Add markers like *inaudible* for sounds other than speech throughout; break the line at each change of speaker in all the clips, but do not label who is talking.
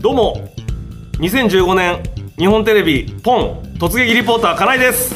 どうも2015年日本テレビポン突撃リポーター金井です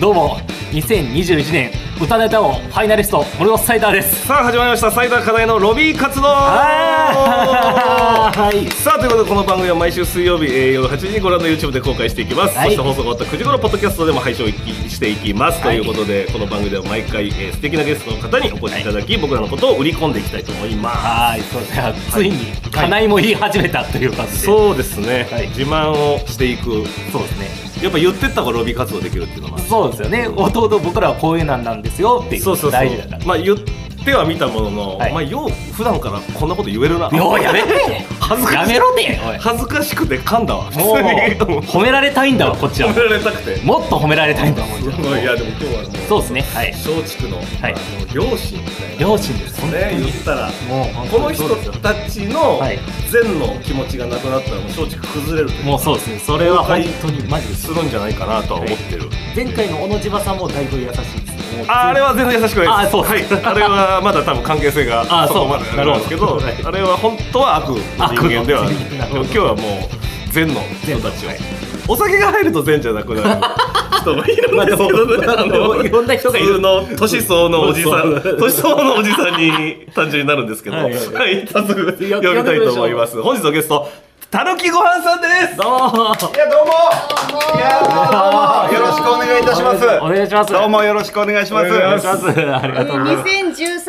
どうも2021年歌ネタ王ファイナリストモルドスサイダーです
さあ始まりました斉田課題のロビー活動
あーはい
*laughs* さあということでこの番組は毎週水曜日、えー夜8時にご覧の YouTube で公開していきます、
はい
そして放送が終わった9時頃ポッドキャストでも配信をしていきます、
はい
ということでこの番組では毎回、えー素敵なゲストの方にお越しいただき、僕らのことを売り込んでいきたいと思います
はいそうですねついに金井も言い始めたという感じで、
そうですね、
はい
自慢をしていく
そうですね
やっぱ言ってった方がロビー活動できるっていうのは
そうですよね弟僕らはこういうなんなんですよっていう
そう
の
そうそ
が
う
大事だから
まあ言っては見たものの、
はい
まあよう普段からこんなこと言えるな
ようやめて
恥ずか
や
しい
めろておい
恥ずかしくて噛んだわ普通に
もう
褒
褒められたいんだわこっちは
められたくて
もっと褒められたいんだわこっち
いや
は
でも今日はもう
そうですねはい
松竹の,、
はい
あの両親みたいな
両親です
ね言ったら
もう本
こ
当
の
にそ
人
うですよ
たちの
はい
善の気持ちがなくなったらもう松竹崩れるという
もうそうですねそれは本当にマジです
するんじゃないかなとは思ってる、
前回の小野島さんもだいぶ優しいですね。
ああれは全然優しくないです
あそう
はい、あれはまだ多分関係性が
あ
そ
そう
こまであれなんですけど
なるほど
あれは本当は悪の人間ではある
悪の人間なるほど
今日はもう善の人たちを、お酒が入ると善じゃなくなる人もいるんですけどね
まあでも
あ
まあでもいろんな人がいる
普通の年相応のおじさん
そう
年相応のおじさんに単純になるんですけどは
はいい
早速呼び
や
たいと思います本日のゲストたぬきごはんさんです
どうも
いやどうもいやどうもよろしくお願いいたします
お願いします
どうもよろしくお願いします
お願いしま
まずありがとうございます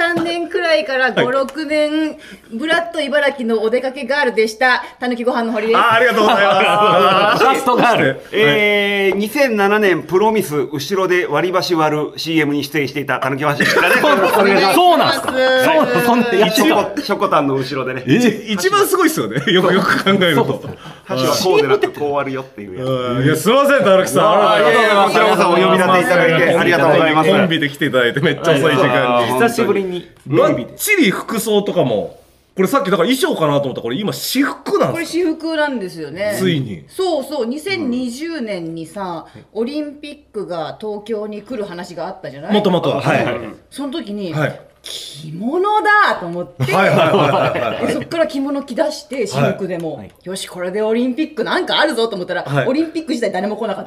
2013年くらいから5、6年、ブラッド茨城のお出かけガールでした、たぬきご飯の堀です。
あありがとうございま
ラストガール
すえー、2007年プロミス後ろで割り箸割る CM に出演していたたぬきわしです
お願いします
そうなんですかそうなんそんなやって
シ
た
ョコショコタンの後ろでね
一番すごいっすよねよくよく考えると
箸はこうでなくこう割るよっていうやつ
いやすいませんたぬきさん
ありがとうございますこちらこそお呼び立ていただいてありがとうございます
コンビで来ていただいてめっちゃ遅い時間に
久しぶりに
ばっちり服装とかもこれさっきだから衣装かなと思ったらこれ今私服なん
こ
で
れ
す
私服なんですよね。
ついに
そうそう、2020年にさ、オリンピックが東京に来る話があったじゃない
もともとははいはい
その時に、
はい
着物だと思って、
はいはいはいはい
でそっから着物着出して私服でも、よしこれでオリンピックなんかあるぞと思ったら、
はい
オリンピック自体誰も来なかっ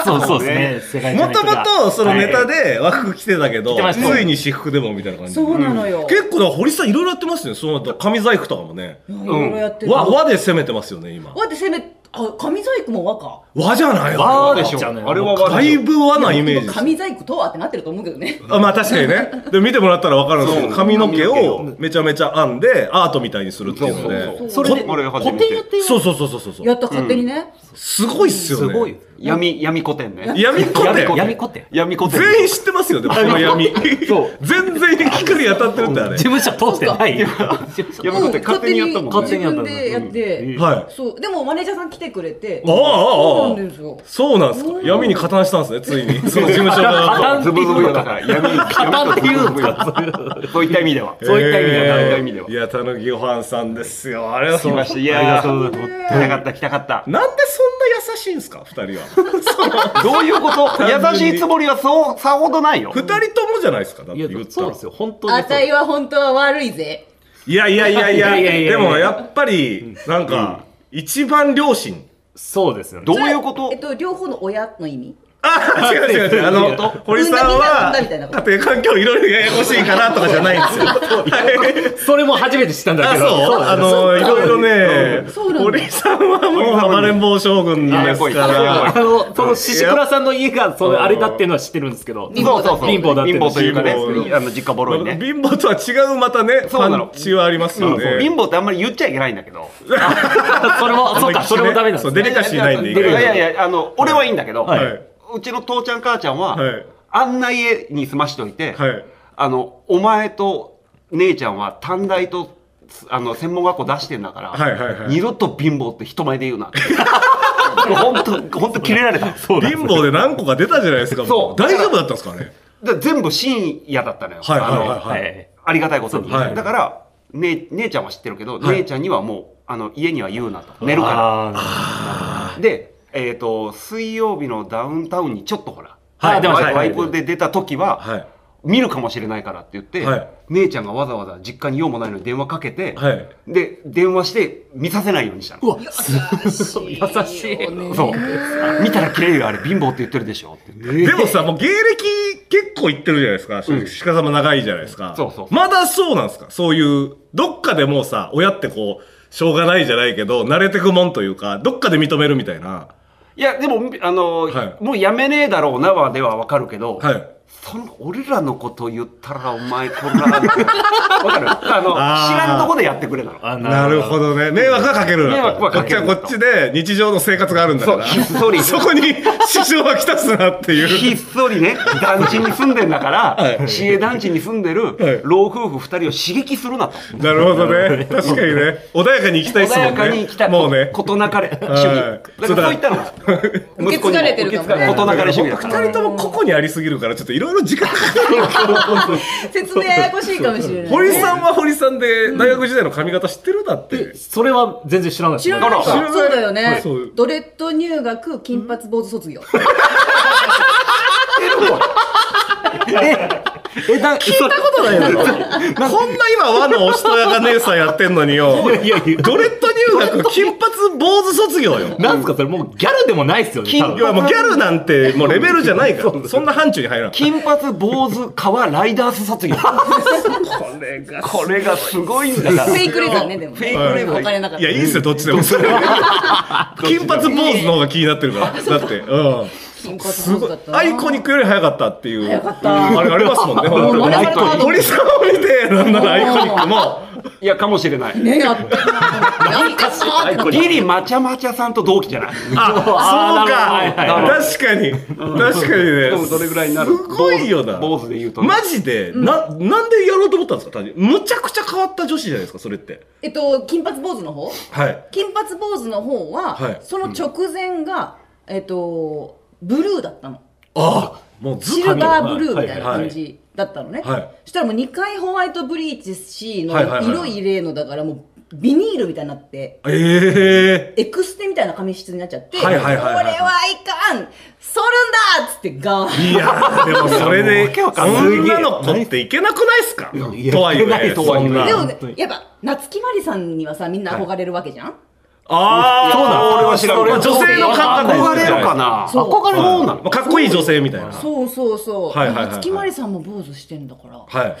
た。
そうそうですね世界中
も
の
と
人
も
が
とそのネタで和服着てたけど
着てました
ついに私服でもみたいな感じで
そうなのよ。
結構だから堀さんいろいろやってますねそうなったら紙細工とかもね
いろいろやってる。
和
わ
和で攻めてますよね今
ってせめ、あ、紙細工も和か。
和じゃない
和
わ
でしょ
あれは
だ
割
い
るよ
ぶ和なイメージです
紙細工とはってなってると思うけ
*laughs*
どね。
あまあ確かに
*laughs*
ねでも見てもらったら分かるんですけど
そう
髪の毛をめちゃめちゃ編んでアートみたいにするっていうの
そう
で
そう
ここれ初めて
そうそうそうそうそうそう
やった勝手にね。
すごいっすよね
闇闇古典ね
闇コテ
闇コテ
闇古典
全員知ってますよね、この *laughs* 闇。
そう
全然光当たってるってあれ
事。務所通してない事務所
闇古典勝手にやったもんね
勝手にやった
自分でやって。
はい。
そう。でもマネージャーさん来てくれて。
ああ、あ
そ
あ
うなんですよ、
そうなんですか。闇に加担したんですね、ついに。その事務所が。
ズブズブよだから闇
加担っていうのか
そういった意味では
そういった意味では
そういった意味ではい
や、たぬきごはんさんですよ。あれは
来ましたいやー来たかった来たかった
なんでそんな優しいんですか、二人は。
どういうこと
単純
優
に
しいつもりはそうさほどないよ
二人ともじゃないですか、だっ
い
て
や
言った
そう
ら
ですよ本当
あ
にそ
た
う
いは本当は悪いぜ。
いやいやいやいや、
いやいやいや
でもやっぱり、なんか、一番両親。
そうですよね
どういうこと
えっと、両方の親の意味
あ違う違う違う。あ
どう
の
いうこ、
堀さんは
産んだみたいな産んだみたいな、こと
家庭環境いろいろややこしいかなとかじゃないん *laughs* ですよ。はい
それも初めて知ったんだ
あ、
け
そう
ど
あの、いろいろね
そうなん、だ
堀さんはもう暴れん坊将軍ですか
あ
ら。
あのその獅子倉さんの家がそのあれだっていうのは知ってるんですけど
貧乏だ
貧乏だって
貧乏というかね
貧乏
あの実家ボロいね
貧乏とは違うまたね、
そうなの
パンチはありますよ
貧
ね。
乏ってあんまり言っちゃいけないんだけど
それもそうかそれもダメなん
そ
で
うデ
すね
リカシーないんでい
い
けない。
やいやあの俺はいいんだけど
は
はい。
うちの父ちゃん母ちゃんは
はい
あんな家に住ましといて
はい
あのお前と姉ちゃんは短大とあの専門学校出してんだから、
はいはいはい
二度と貧乏って人前で言
*laughs*
うなって本当本当キレられた
そうなんです
貧乏で何個か出たじゃないですか。
そう
大丈夫だったんですかね。
で全部深夜だったのよ、
はいはいはい
あの
はい
はい
ありがたいことに、
そうはい
だから、ね、姉ちゃんは知ってるけど、
はい
姉ちゃんにはもうあの家には言うなと寝るか
あ
らで、えー、と水曜日のダウンタウンにちょっとほら、
はい出ました
ワイ
はい
ワイプで出た時は、
はい。
見るかもしれないからって言って、
はい
姉ちゃんがわざわざ実家に用もないのに電話かけて、
はい
で、電話して見させないようにしたの。
わすごい優しい
そう。見たら綺麗よ、あれ貧乏って言ってるでしょって言って。
*laughs* でもさ、もう芸歴結構いってるじゃないですか。
うん
しかさま長いじゃないですか。
そうそう
まだそうなんですかそういう、どっかでもうさ、親ってこう、しょうがないじゃないけど、慣れてくもんというか、どっかで認めるみたいな。
いや、でも、あの、
は
もうやめねえだろうなはではわかるけど、
はい。
その、俺らのこと言ったらお前こんな、わか
*laughs*
るあの、
あー
知らんとこでやってくれなの。
あ
なるほどね。迷惑はかけるなと
迷惑はかける
こっちはこっちで日常の生活があるんだから。
そうひっそり
*laughs* そこに支障は来たすなっていう。
*laughs* ひっそりね、団地に住んでんだから、
はい
市営団地に住んで
はい
る老夫婦二人を刺激するなと。
なるほどね。確かにね。穏やかに行きたいっす
穏
もんね。
やかに生きた
もうね。
ことなかれ主義。
はい
だからそういったのが。
受け継がれてるかもね
ことなかれ主義だから。
二人とも個々にありすぎるから、ちょっといろいろ時間かかる。
説明ややこしいかもしれない。
堀さんは堀さんで、大学時代の髪型知ってるだって。
それは全然知らないです
知
ね
らない
知ら
ない
そうだよね
そう。
ドレッド入学、金髪坊主卒業。
え、だ、聞いたことない
こんな今和のおしとやか姉さんやってんのによ。
いやいや
ドレッド入学、金髪坊主卒業よ。
なんすかそれもうギャルでもないっすよね多
いや
分
もうギャルなんてもうレベルじゃないから。そんな範疇に入らん。
金髪坊主川ライダース卒業。これが、これがすごいんだから。
フェイクレザーね、でもね。
フェイクレザー
お金なかっ
い
た
や、いいっすよ、どっちでも。それ *laughs* 金髪坊主の方が気になってる *laughs* から。だって、う
金髪
ん。す
坊主
ご
だ
い
った。。
アイコニックより早かったっていう。
早かった
うんあれ *laughs* ありますもんね、
もう
本
我々カ
当
ー
に。
ド
堀さんを見て、なんならアイコニックも。
いや、かもしれない。
ね、あった。何かしらってなった
ギリまちゃまちゃさんと同期じゃない。
あ、そう
なるほど
か。確かに。確かにね。
でもどれぐらいになる
すごいよな。
坊主で言うとね
マジで、な、なんでやろうと思ったんですか単純にむちゃくちゃ変わった女子じゃないですか、それって。
えっと、金髪坊主の方
はい。
金髪坊主の方は、
はい
その直前が、えっと、ブルーだったの。
あもうず
シルバーブルーみたいな感じだったのね。
はい
そしたらもう2回ホワイトブリーチしの
はいはいはい
色入れのだからもうビニールみたいになって。
ええ
エクステみたいな髪質になっちゃって、
はいはいはいはい
これはいかん剃るんだっつってガーッ
ー。いやー、でもそれ
わ
で、
けわかんない
女の子っていけなくないっすか
いや
とはいえ
いけないとはい
そ
え
んな
でも
本当
ね
に
やっぱ夏木マリさんにはさみんな憧れるわけじゃん、
あー、
そうなの俺は知らんけど
女性の感覚
憧れるかな
そう
憧れ
そ
そうう
な
な
のま
の
あかっこいい女性みたいな。はい。
そうそうそう、
はいはいはいはい
夏木マリさんも坊主してんだから、やっ
はい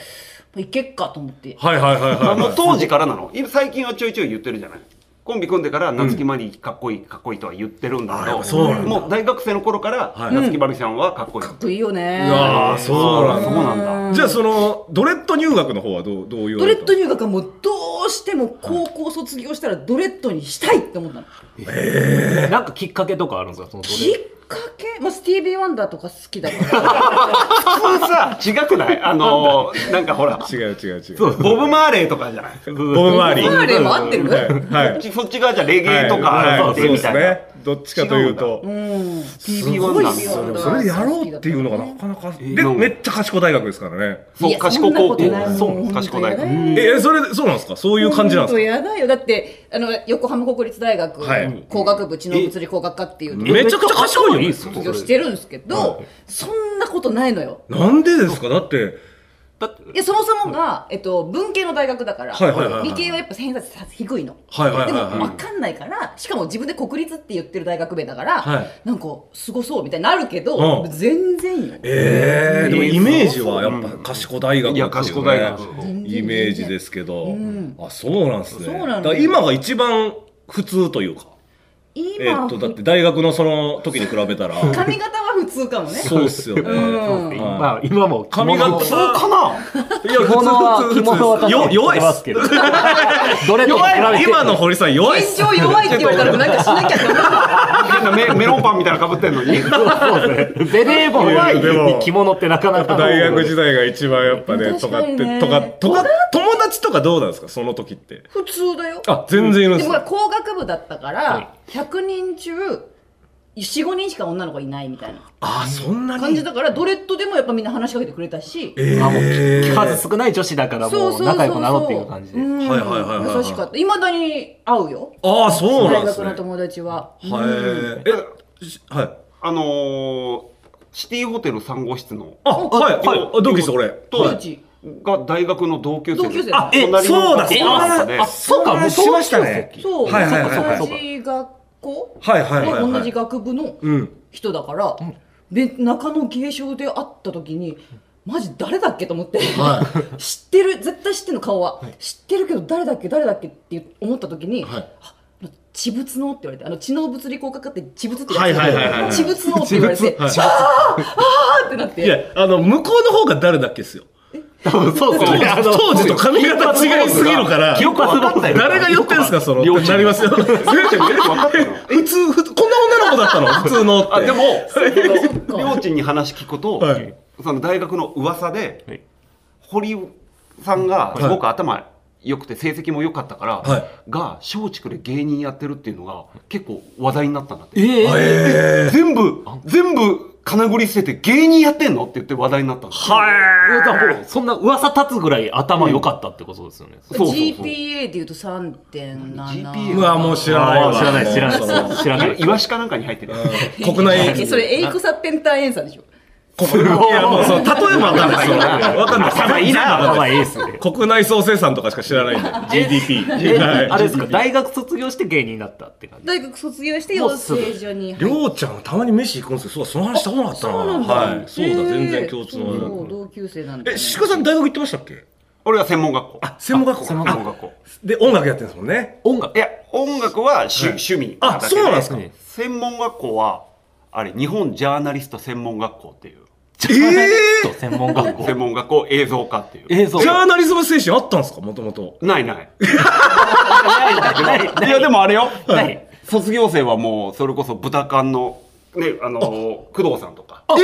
ぱいけっかと思って
はいはいはい
あ
は
の
い。
当時からなの今最近はちょいちょい言ってるじゃないコンビ組んでから夏木マリかっこいいかっこいいとは言ってるんだけ
あやっ
ど
ぱそうなんだ
もう大学生の頃から
はい
夏木マリさんはかっこいい
かっこいいよね
ああ、そうなん
そ
だ
う。なんだ
じゃあそのドレッド入学の方はどうどういう
ドレッド入学はもうどうしても高校卒業したらドレッドにしたいって思ったの、
なんかきっかけとかあるんですかその
きっかけ、まあ、スティービー・ワンダーとか好きだから
普通さ違くないあのーなんかほら
違う違う違う。
ボブ・マーレーとかじゃない
ボブ周り。
ボブマーレーも合ってる
はいはい。
そっち側じゃレゲ
は
エ
い
と
はい
か
そうで
み
す
たいな
ね。どっちかというと。
うん
すごいっすよ
でもそれでやろうっていうのがなかなか。でもめっちゃ賢い大学ですからね。
そう
い
い
や
賢高校
そんなことない
そう賢い大
本当
学
に
え、それそうなんですかそういう感じなんです
本当
か
やだよだってあの横浜国立大学
はい
工学部知能物理工学科っていうとこ
めちゃくちゃ賢いよね
いいっすよ
卒業してるんですけど、そんなことないのよ
なんでですかだって。
だって
いやそもそもが、えっと、文系の大学だから、
はいはいはいはい
理系はやっぱ偏差値低いの、
はいはいはいはい
でも分かんないからしかも自分で国立って言ってる大学名だから、
はい
なんかすごそうみたいになるけど、
うん
全然よ
ええでもイメージはやっぱ賢大学
いや
ですよ
賢
ね
大学
イメージですけど、
ん
あそうなんですね
そうなのよ
だから今が一番普通というか
今、
えっとだって大学のその時に比べたら
髪型は普通かもね
そうっすよね、
うん
い
まあ今も
髪型
着
そうかない
や普通
物は
普通
着物は
普通よ弱いっ
ますすけどどれと比
弱
べ
い
て
今の堀さん弱いっ
現
す
状弱いって言われたらなんかしなきゃって思
*laughs*
う
変なメメロンパンみたいなのかぶってんのに
ベレー帽
いやでも
に着物ってなかなか
大学時代が一番やっぱね
確
と
か
かって
にね
とかとか友達とかどうなんですかその時って
普通だよ
あ全然いるんで
ですも
よ
工学部だったから、100人中45人しか女の子いないみたいな
あそんな
感じ
に
だからドレッドでもやっぱみんな話しかけてくれたし、
え
あもう
ー、
数少ない女子だからもう仲良くなろうっていう感じで
ん
はいはいはいはいはい
優しかったいまだに会うよ
ああそうな
大
んです
学
ね
の友達は、
はいえしはい
あのーシティホテル3号室の
あ、はい、はい、同期です、俺。
と
同期
が大学の同級生で
同級生
あ、え、
隣の
そうだ、
え
そんな
あ
あ、
そうか
んな話しましたね。
そう、
はいはいはいはい
同じ学校、
はいはいはいはい
同じ学部の
うん。
人だから、で中野芸商で会った時にマジ誰だっけと思って、 *laughs* 知ってる絶対知ってるの顔は、知ってるけど誰だっけ誰だっけって思った時に、
はい
ああの地物のって言われてあの知能物理工科科って地物ってやつ
はいはいはいはいはい
地物のって言われて、
地物はい
あーあーってなっ
い
て
や、あの、向こうの方が誰だっけですよ。
そうそう
当時当時と髪型違いすぎるから。
よくわかったよ
誰が言ってんすか、その。
両親
なりますよ。普通、普通こんな女の子だったの普通のって。
あでも、
か
りょうちんに話聞くと、
はい
その大学の噂で、
はい
堀さんが
い
すごく頭良くて成績も良かったから、
はい
が松竹で芸人やってるっていうのが結構話題になったんだって、
ええ
えー
全部全部金繰り捨てて芸人やってんのって言って話題になったんだって
はい。だからもうそんな噂立つぐらい頭良かったってことですよね。
そうそうそう
GPA で言うと3.7
GPA
うわ、もう知らないわ。
知らない知ら
もうそ
な
の
い知らない。
イワシかなんかに入ってる、
国内。
えそれエイコサペンターエンサーでしょ
国内。いや、もうその、例えばわかんない。そのわかんない。
頭いいな
頭いいですね。
国内総生産とかしか知らないんで。GDP。
え
はい
あれですか大学卒業して芸人になったって感じ。
大学卒業して養成所
り
に入っ
ょうちゃんはたまに飯行くんですよ。そうだ、その話したことなかったな。
そうなんだ
はい。そうだ、
へー
全然共通
そう
の。
そう同級生なんだ、
え、鹿さん大学行ってましたっけ
俺は専門学校
あ、専門学校
専門
か。
学
学校
あで、音楽やってるんですもんね。
音楽
いや音楽は趣,、趣味
あそうなんですか
専門学校はあれ日本ジャーナリスト専門学校っていう
え
と専門学校
専門学校映像科っていう
映像
ジャーナリズム精神あったんですかもともと。
ないない
ない
いやでもあれよ、
ない
卒業生はもうそれこそ豚缶のねあの工藤さんとか
あ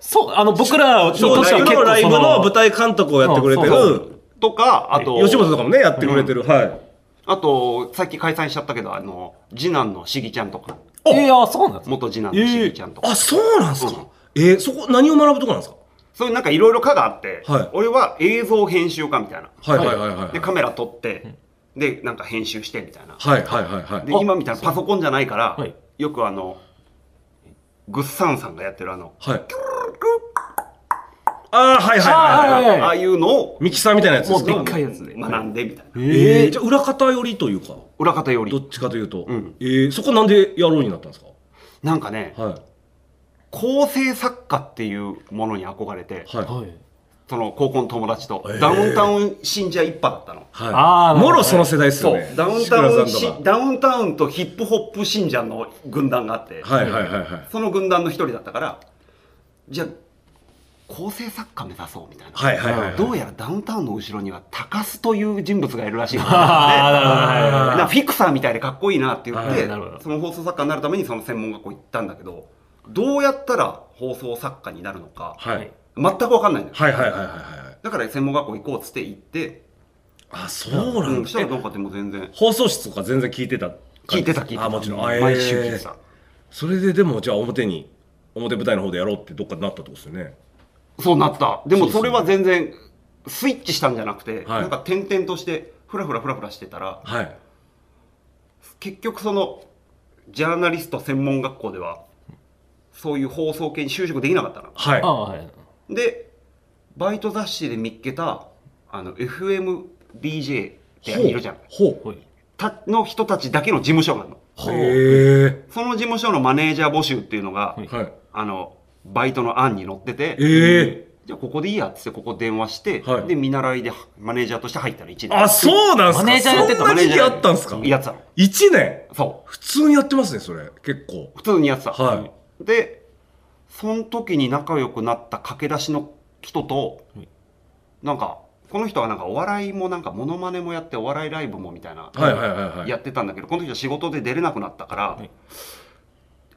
そそうあの僕らの年
そう、
は
ライ
結
ブ
構
のライブ
そ
の
の
舞台監督をやってくれて
そう
る、
とかあと
吉本とかもね、やってくれてる。はい。
あとさっき解散しちゃったけどあの次男のしぎちゃんとか
えー、あそうなんですか
元次男のしぎちゃんとか、
あ、そうなんです
うん
かえー、そこ、何を学ぶとこなんですか
そういうなんかいろいろ科があって、
はい
俺は映像編集科みたいな
はいはいはいはい。
でカメラ撮って、でなんか編集してみたいな
はいはいはいはい。
で今みたいなパソコンじゃないから、
はい
よくあのグッサンさんがやってるあの、
はい。あー、はいはいはいはい。
はい
ああいうのを
ミキサーみたいなやつです
も
か
うでっかいやつで
学んでみたいな、
えー、じゃあ裏方寄りというか、
裏方よ
ど
り
っちかというと。
うん
えー、そこなんでやろうになったんですか
なんかね
はい。
構成作家っていうものに憧れて、
はい。
はい
その高校の友達と、
えー
ダウンタウン信者一派だったの。
はい、
あー
もろその世代っす
そ
よ
う
ね。
ダウンタウン
志
し
倉さんと
ダウンタウンとヒップホップ信者の軍団があって、
か。はいはいはいはい。
その軍団の一人だったからじゃあ構成作家目指そうみたいな、
はいはいはいはい
どうやらダウンタウンの後ろには高須という人物がいるらしいの
*laughs*
で
あーなるほど
なんかフィクサーみたいでかっこいいなって言っ
あー
て
なるほど
その放送作家になるためにその専門学校行ったんだけどどうやったら放送作家になるのか
はい。
全く分かんないんだよ
はいはいはいはいはい。
だから専門学校行こうっつって行って、
あ、そうな
うんん、
で
し
す
た
ね
らなんかでも全然
放送室とか全然聞いてた。
聞いてた聞いてた
あ、もちろん。あ
毎週聞いて。
えー
た
それででも、じゃあ表に、表舞台の方でやろうってどっかになったってことですよね。
そうなったでも
そう
そ
です
れ
ね
は全然スイッチしたんじゃなくて、
はい
なんか転々としてフラフラフラフラしてたら
はい。
結局そのジャーナリスト専門学校ではそういう放送系に就職できなかったの
はい。
あーはい
でバイト雑誌で見っけたあの FMDJ っているじゃん
ほ
ほい
たの人たちだけの事務所があるの
う。へ
その事務所のマネージャー募集っていうの
は
が、
い
え。はい。
あのバイトの案に載ってて、
え
じゃあここでいいやっつってここ電話して、
はい
で見習いでマネージャーとして入ったら1年
え。あ、そうなんすか
マネージャーやってた
そんな時期あったんすか
やってたの
?1 年
そ
普通にやってますね、それ。結構
う。普通にやってた、
はい
でその時に仲良くなった駆け出しの人と、
はい
なんかこの人はなんかお笑いもなんかモノマネもやってお笑いライブもみたいな、
はいはいはいはい。
やってたんだけどこの人は仕事で出れなくなったから、
い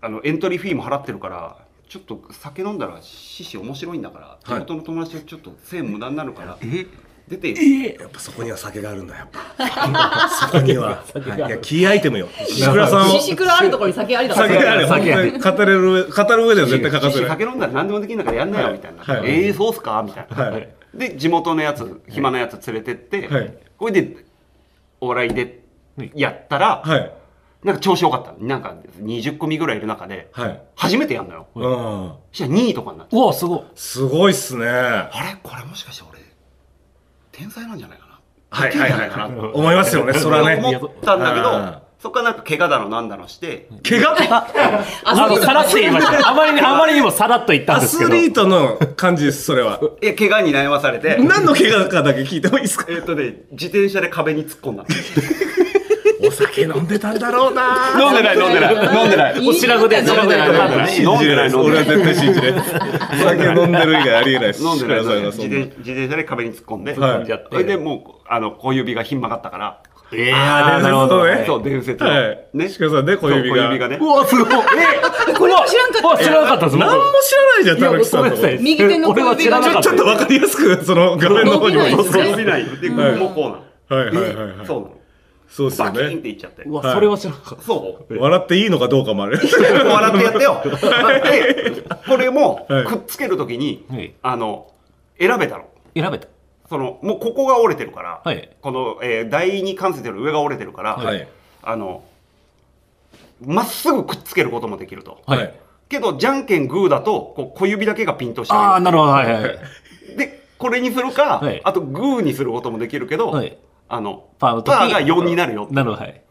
あのエントリーフィーも払ってるからちょっと酒飲んだら獅子面白いんだから、
はい
地元の友達とちょっと性無駄になるから出て
やっぱそこには酒があるんだやっぱそこには、はい、いやキーアイテムよ石倉さん
シ
を
シクラあるところに酒ありだから
酒がある本
酒あ
当に語れる語る上では絶対欠かせ
獅子
ない
酒飲んだら何でもできるんだからやんなよみたいな、
はいはい
ええそうっすかみたいな、
はい
で地元のやつ暇なやつ連れてって、
はい
これでお笑いでやったら、
はい
なんか調子良かった。なんか20組ぐらいいる中で、
はい。
初めてやんのよ。
うん。
そしたら2位とかになって。
うわすごい
すごいっすね。は
あれこれもしかして俺、天才なんじゃないかな。
いはいはいはい。思いますよね、それはね。
思ったんだけ
うん
ど、そこからなんか怪我だのなんだのして、
怪我
あのさらっと言いましたあまりにあまりにもさらっと言ったん
ア
で
ス
すけど
リートの感じです、それは。 *laughs*
いや、怪我に悩まされて、
何の怪我かだけ聞いてもいいですか
えっとね、自転車で壁に突っ込んだの。
お酒飲んでたんだろうな
飲んでない飲んでない飲んでない。
お白髪で
飲
飲
ん
ん
で
で
な
ないい
飲んでな
信じれないで
い
す。俺は絶対信じれないです。お酒飲んでる以外ありえないです。
飲んでな
く
い
ださい
自転自転車で壁に突っ込んで、
はい
やってそれでもうあの小指がひん曲がったから、
い
あ
や
ー
ーなるほ
な
ど
るほどね
そう伝説の、
はい。
ね
ね。しかさんね、小指
そう
が。
ね
うわすごいえこれは知らんかった知らなかったです
何も知らないじゃん、
いや
田中さ
ごめ
ん
ん
と
な
か
さ。い
右手の小指
俺
が
は知らなかった
ちょっとわかりやすく、その画面の方にも
伸びないですね
伸びな
はい
いで、もうこうなの、
はいはいはいはい。
そうなの
そうですよ
バキーンっ
ね
て。いっちゃって
うわそれは知らなかっ
そう
笑っていいのかどうかもある。
笑ってやっ
*laughs*
てよでこれも
はい
くっつけるときに、
はい
あの選べたの
た選べた
そのもうここが折れてるから、
はい
この、えー第二関節より上が折れてるから、
はい。
あのまっすぐくっつけることもできると、
はい。
けど、じゃんけんグーだと、こう小指だけがピンとして
ああ
る。
なるほどはいはい
で、これにするか、
はい
あとグーにすることもできるけど、
はい
あの、
パーの時
パーが4になるよ。
なるほどはい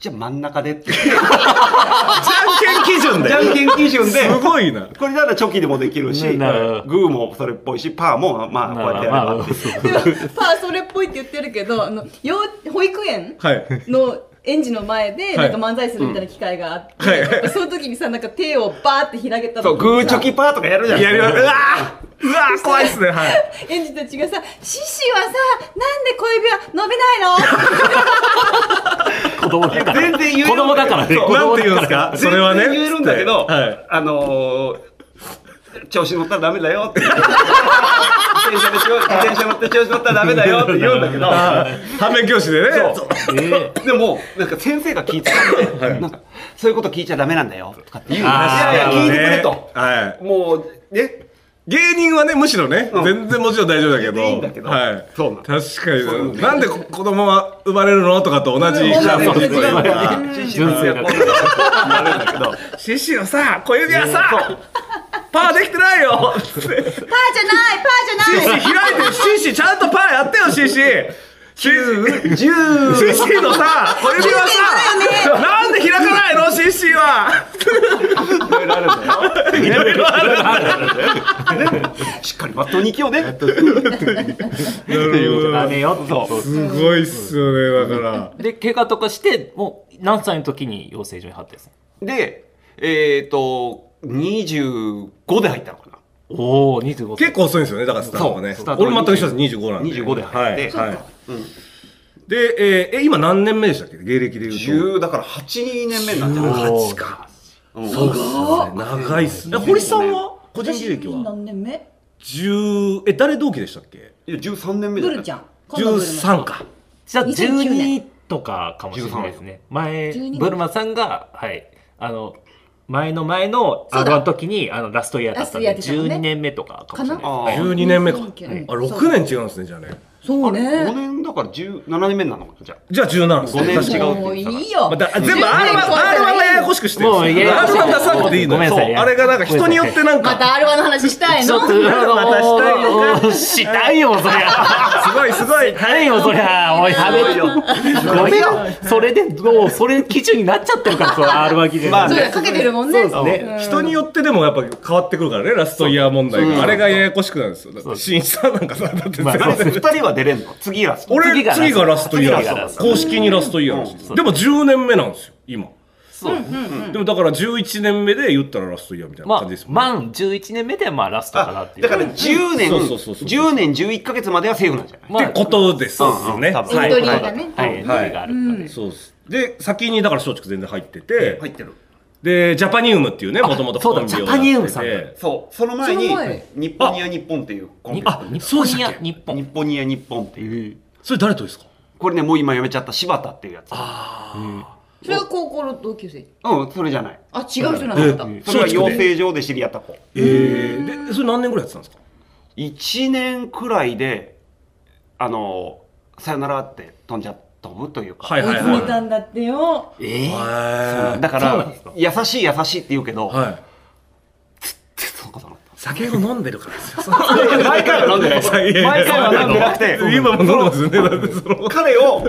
じゃあ真ん中で
*laughs*
って。
じゃんけん基準で
じ。ゃんけん基準で、
すごいな。
これならチョキでもできるし、グ
なるほど
ーもそれっぽいし、パーも、まあ、こうやってやればっていう
でもパーそれっぽいって言ってるけどあの幼保育園
はい。
の園児の前
は
でないんか漫才するみたいな機会があって、
はいは
その時にさなんか手をバーって開けた
そう、
時
グー
に
チ
さ
ョキパーとかやるじゃん。
やります。うわーうわー怖いっすね。はい。
園児たちがさ「シシはさなんで小指は伸びないの?」
子供だから
全然言える
子供だからね
そう
子
なん
供
て
だ
言うん
か
ですからそれはね。
全然言えるんだけど、
はい。
あのー調子乗ったらダメだよって。自転車で調自転車乗って調子乗ったらダメだよって言うんだけど、
反面教師でね。
そう
え
でも、なんか先生が聞いてたんで、なんか、そういうこと聞いちゃダメなんだよ、とかって言うの。い
あ
や
ー
いや、聞いてくれ
ね
と。
はい。
もう、ね、
芸人はね、むしろね、
うん
全然もちろん大丈夫だけど。
全然いいんだけど
はい。
そうなの
確かに。なんでこ子供は生まれるのとかと同じ
うん
じゃん
同じ
というか
うん
知識のこういうのがなるんだけど、
シシのさ、小指はさ、パーできてない
*laughs*
よって
「パーじゃないパーじゃない!」
シシ開いてる、シシちゃんとパーやってよ、シシシシ
ジュー
シシのさ、小指はさ、なんで開かないの、シシは。
いろいろあるんだよ。ねしっかりまっとうに生きようね。
な
えダメ
る
よってそう
すごいっすよね、だから。
で怪我とかしてもう何歳の時に養成所に入ったんです
で、えっと、25で入ったのかな。
おお25歳
結構遅いんですよね、だからスタートがね
そうスター。ト
俺
が
全く一緒です、25なんで。
25で入って
はい。はい
うん
で、えーえ、今何年目でしたっけ芸歴でいうと。
10だから8年目になってる。
18
か。
そうですね長いっすね。え堀さんは *laughs* 個人履歴は
何年目
10、え、誰同期でしたっけ
いや13年目
ブ
だよ
ルちゃん今度ブルの
?13 か。
じゃあ
2009年
12とかかもしれないですね。前
12、
ブルマさんが、はい、あの、前の前の
そうだ
R1 の時に、あの、ラストイヤーだったんで、
ラストイヤーでしたもんね
12年目とかかもしれないです
かな
はい。
12年目か。あ、
うん
6年違うんですね、じゃあね。
そう
5
ね
年だから17年目なのかじゃあ
じゃあ17ですね。
五年
確かに
違う
もういいよ、
まあだ全部 R1 がややこしくしてる
もうややこしい
R1 出さなくていいの
ごめん
よ。
な
そう
さい
あれがなんか人によってなん
ま
か、
た R1 の話したい
ち
の
ょっと、あの、したいよ、そりゃ。
すごいすごい。
はいよ、そりゃ。おい、食べよ。ごめんよ。それで、もう、それ基準になっちゃってるから、その R1 基準。
まあ
そう
ね
だかけてるもんね
そうですね
うん
人によってでもやっぱ変わってくるからね、ラストイヤー問題が。あれがややこしくなるんですよ。だって、新一さんなんかさ、だって全
まあ
然
そうです
2人は出れんの次ラスト
俺
次がラスト
次がラストイヤー
次が
で
ラス
す
ト
公式にラストイヤーです
うん
でも10年目なんですよ今
そう
でもだから11年目で言ったらラストイヤーみたいな
まあ
感じです、もんね
満11年目で、まあ、ラストかなっ
あ
ていう。
だから10年
そうそうそうそう
10年11か月まではセーフなんじゃない
まあ
ってことです
うんうん
ね
多分
はい
エントリーがね
はい、エントリーがあるからね。
そうですで先にだから松竹全然入ってて、
入ってる
でジャパニウムっていうねもともと
そうだジャパニウムさんだ
そうその前に
その前
日本ニア日本っていうコンビ
日
あそうでしたっけ
日本や日
日本ニア日本っていう
それ誰とですか
これねもう今やめちゃった柴田っていうやつ
それは高校の同級生
うんそれじゃない
あ違う人なんだっ
え
それは
松
養
竹で
成所で知り合った子
えー、でそれ何年ぐらいやってたんですか
1年くらいであのさよならって飛んじゃっ飛ぶというか、
はい
追い
はい
詰
はい
めたんだってよ。
え
へ
ー
ー
だか
そう
ら
なんですか
優しい優しいって言うけど、
はい
そうかと思った
酒を飲んでるからですよ
毎回は飲ん
*laughs*
でない毎回は飲んでなくて
今も飲んでますよねだってその
彼を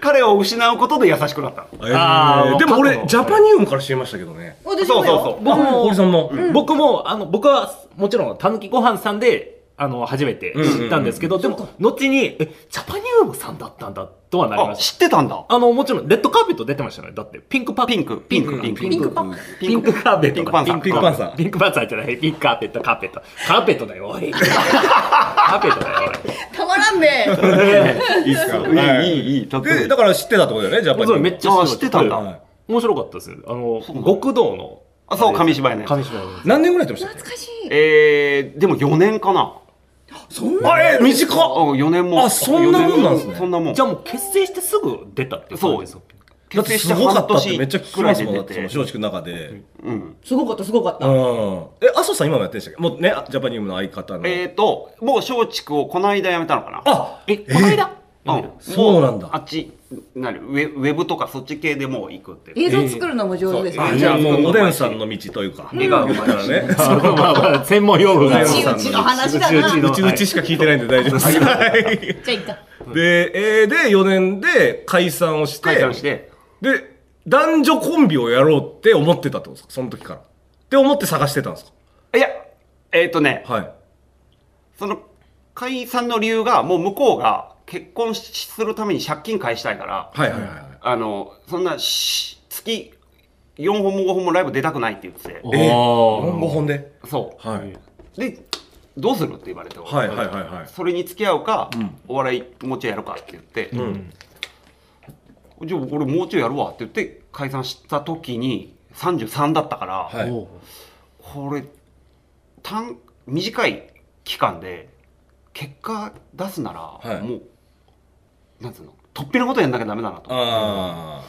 彼を失うことで優しくなった
あ
*laughs*
ー
えーでも
過
俺
去
ジャパニウムから知りましたけどね
私
そ
もよ
うそうそう
僕も
堀さんも
僕もあの僕はもちろんたぬきご飯さんであの初めて知ったんですけど、でも後にえジャパニウムさんだったんだとはなり
あ
まし
知ってたんだ
たあのもちろんレッドカーペット出てましたねだってピンクパ
ピンクピンクピンク
ピンクパン
ピンクカーペット
ピンクパンサー
ピンクパンサー
ピンクパンサーじゃないピンクカーペットカーペットカーペットだよ
*laughs*
おいカーペットだよおい
た
*laughs*
まらんね。
いいっすか
いいいいいいとってもいい
でだから知ってたってことだよねジャパニ
そ
ウ
れ
ム
めっちゃ
あ知ってたんだ
はい
面白かったですよあの
うなんだ
極道の
あそう紙芝居ね
紙芝居の
何年ぐらいやってましたっ
懐かしい。
えー、でも4年かな
けあえ短
あ
っ
4年も
あそんなもんなんですね
そんなもん
じゃあもう結成してすぐ出たっていう感じですよ
だ
結
って
成し
す
て
ごか
半
ったって
年
めっちゃ聞き
くら
ま
い
す
で
もんだ
出
ってその
て
松竹の中で
うん
すごかったすごかっ
う
た。
んえ麻生さん今もやってるんでしたっけもうねジャパニウムの相方の
えーともう松竹をこの間やめたのかな
あ
えこの間
うん
やめた
そうなんだ
もあっちなるウェウェブとかそっち系でもう行くっていう
映像作るのも上手です
え
ね。
ー
あじゃあもうおでんさんの道というか
笑顔
だからね
*laughs*
あのまあまあ専門用語が
う
う
ち
ち
う
う
ち
ち
の
の話だ
う
な。
ち
じ
うちうちしか聞いてないんで大丈夫ですはい
ゃあいっか。
*laughs* で、えーで、4年で解散をして、
解散して
で、男女コンビをやろうって思ってたってことですかその時から。って思って探してたんです
いやえっ、とね
かはい。
その解散の理由がもう向こうが結婚しするために借金返したいから
はいはいはいはい。
あのそんなし月4本も5本もライブ出たくないって言ってて
お
えー、
ー
5本で。
そう
はい。
でどうするって言われて、
はいはいはいはい。
それに付き合うか、お笑いもうちょいやるかって言って、
うん。
じゃあ俺もうちょいやるわって言って解散した時に33だったから、
はい。
おー
これ短短い期間で結果出すなら、
はい
もうなんつうの突飛なことやんなきゃダメだなと
あ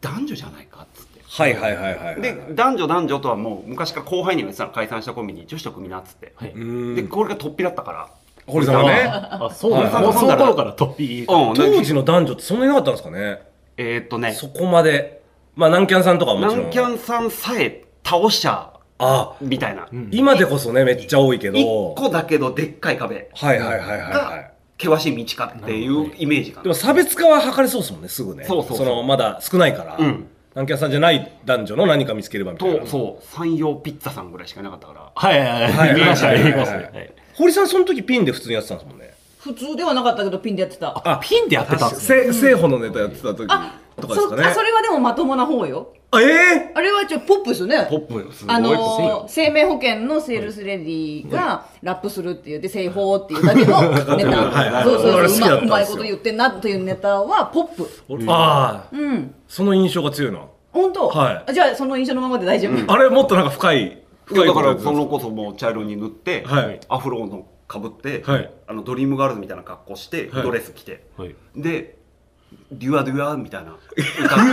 男女じゃないかっつって
ー。はいはいはいはいはい。
で男女男女とはもう昔から後輩には言ってたの解散したコンビに女子と組みなっつって、
はいう
で
ーん。
これが突飛だったから
堀さんはね、
あそうなんです
はい
もうその頃からトッピー
うんなんか
当時の男女ってそんなになかったんですかね
えーっとね
そこまで。まあ、南キャンさんとかはもちろん。
南キャンさんさえ倒しちゃ
あ
みたいな、
ん
今でこそね、めっちゃ多いけ
一
ど。
個だけどでっかい壁
はいはいはいはいはい
が。険しい道かっていうイメージか
でも
な
差別化は図れそうですもんねすぐね
そうそうそう
のまだ少ないから、
うん
南キャンさんじゃない男女の何か見つければみたいな
とそう山陽ピッツァさんぐらいしかいなかったから
はいはい
は
はいい見ましたね
はい
見ましたね
は
はい
堀さんその時ピンで普通にやってたんですもんね
普通ではなかったけどピンでやってた。
あ
ピンでやってたんですね
せ正捕のネタやってた時とか
あ、
で
そ
す
う
か
か
ね
それはでもまともな方よ。
あえ
あれはちょポップですよね。
ポップすごい
あ
ポップ
のー生命保険のセールスレディがラップするって言って「製法」っていうだけのネ
はいはい
タそうそう
俺
そ
好き
うう
だったんですよ
まうまいこと言ってんなというネタはポップ
ー、ああ
うん
その印象が強いな
本当、
はい
あじゃあその印象のままで大丈夫、
あれもっとなんか深い
いや
深い
だ
こ
か
とやっ
ら
て
そ
たんで
のこそもう茶色に塗って、
はい
アフロのかぶって、
はい
あのドリームガールズみたいな格好して、
はい
ドレス着て
はい
で「デュアデュア」みたいな歌って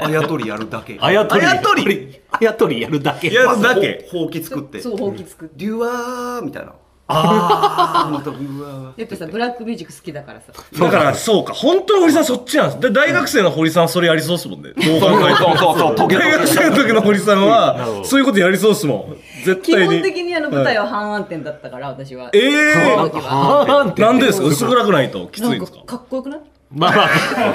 あやとりやるだけ
あやとり
あやとり
あやとりやるだけ
やるだけ
ほうき作って
そうほうき作って
デュアーみたいな。ああ、またデュアー。
やっぱさブラックミュージック好きだからさ
すだからそうか本当に堀さんそっちなんですで大学生の堀さんはそれやりそうですもんねどう考えても
そうそうそう、トゲト
大学生の時の堀さん
なるほ
は
ど
そういうことやりそうですもん絶
基
対に
本的にあの舞台は半暗転だったから私は
ええ
その
ー
時は
あーんて
なんでですか薄暗くないときつ
ない
ん
ん
で
か
すか
かっこよくない
まあまあ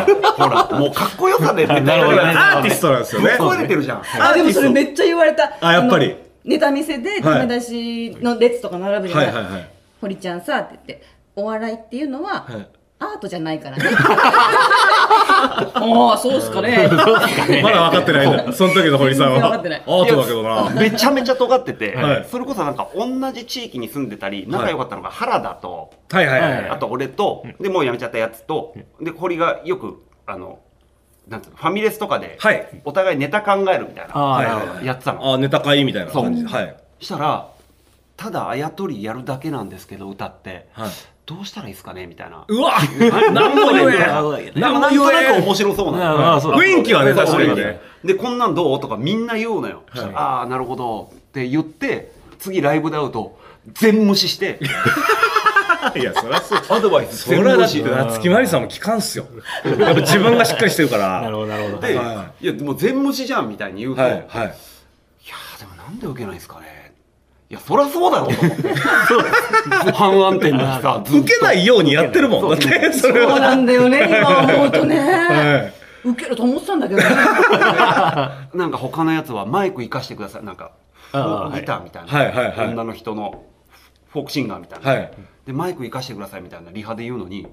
ゲ。ほら、もうかっこよさで、 *laughs* ね、
なるほどね
アーティストなんですよね
聞こえれてるじゃん。
あでもそれめっちゃ言われた
あやっぱり
のネタ見せで
はい
ダメ出しの列とか並ぶじゃ
は
ないい、
はいはい
堀ちゃんさって言ってお笑いっていうのは、
はい
アートじゃな
*laughs*
いからねああそうっすかね
まだ分かってないんだその時の堀さんは
全然分かってない
アートだけどな
めちゃめちゃ尖ってて、
はい
それこそなんか同じ地域に住んでたり仲良かったのが原田と、
はいはいはい
あと俺と、でもう辞めちゃったやつと、で堀がよくあのなんつうのファミレスとかで、
はい
お互いネタ考えるみたいな
はい
あ
はいはい
やってたの
あネタ会みたいな感じではい
したらただあやとりやるだけなんですけど歌って、どうしたらいいですかねみたいな
うわ
何も言え
え
でもなんとなく面白そうなの
ああそうだ
雰囲気はね
そう
確かにね
でこんなんどうとかみんな言うのよ、
はい
ああなるほどって言って次ライブで会うと全無視して
いや、そりゃそう。
アドバイス
そりゃだって、夏木マリさんも聞かんっすよ。やっぱ自分がしっかりしてるから。
なるほど、なるほど。
で、、
はい
やでも全無視じゃんみたいに言うと、、
はいい、はい。
やーでもなんで受けないんですかねいやそりゃそうだろうと思って *laughs* 半安定なさずっと
受けないようにやってるもん。だって、それ
そう
は。
なんだよね、今思うとね。
はい
受けると思ってたんだけどね。
なんか他のやつはマイク生かしてくださいなんかフォ
あー
ークギターみたいな、
はいはいはいはい
女の人のフォークシンガーみたいな、
はい
でマイク生かしてくださいみたいなリハで言うのに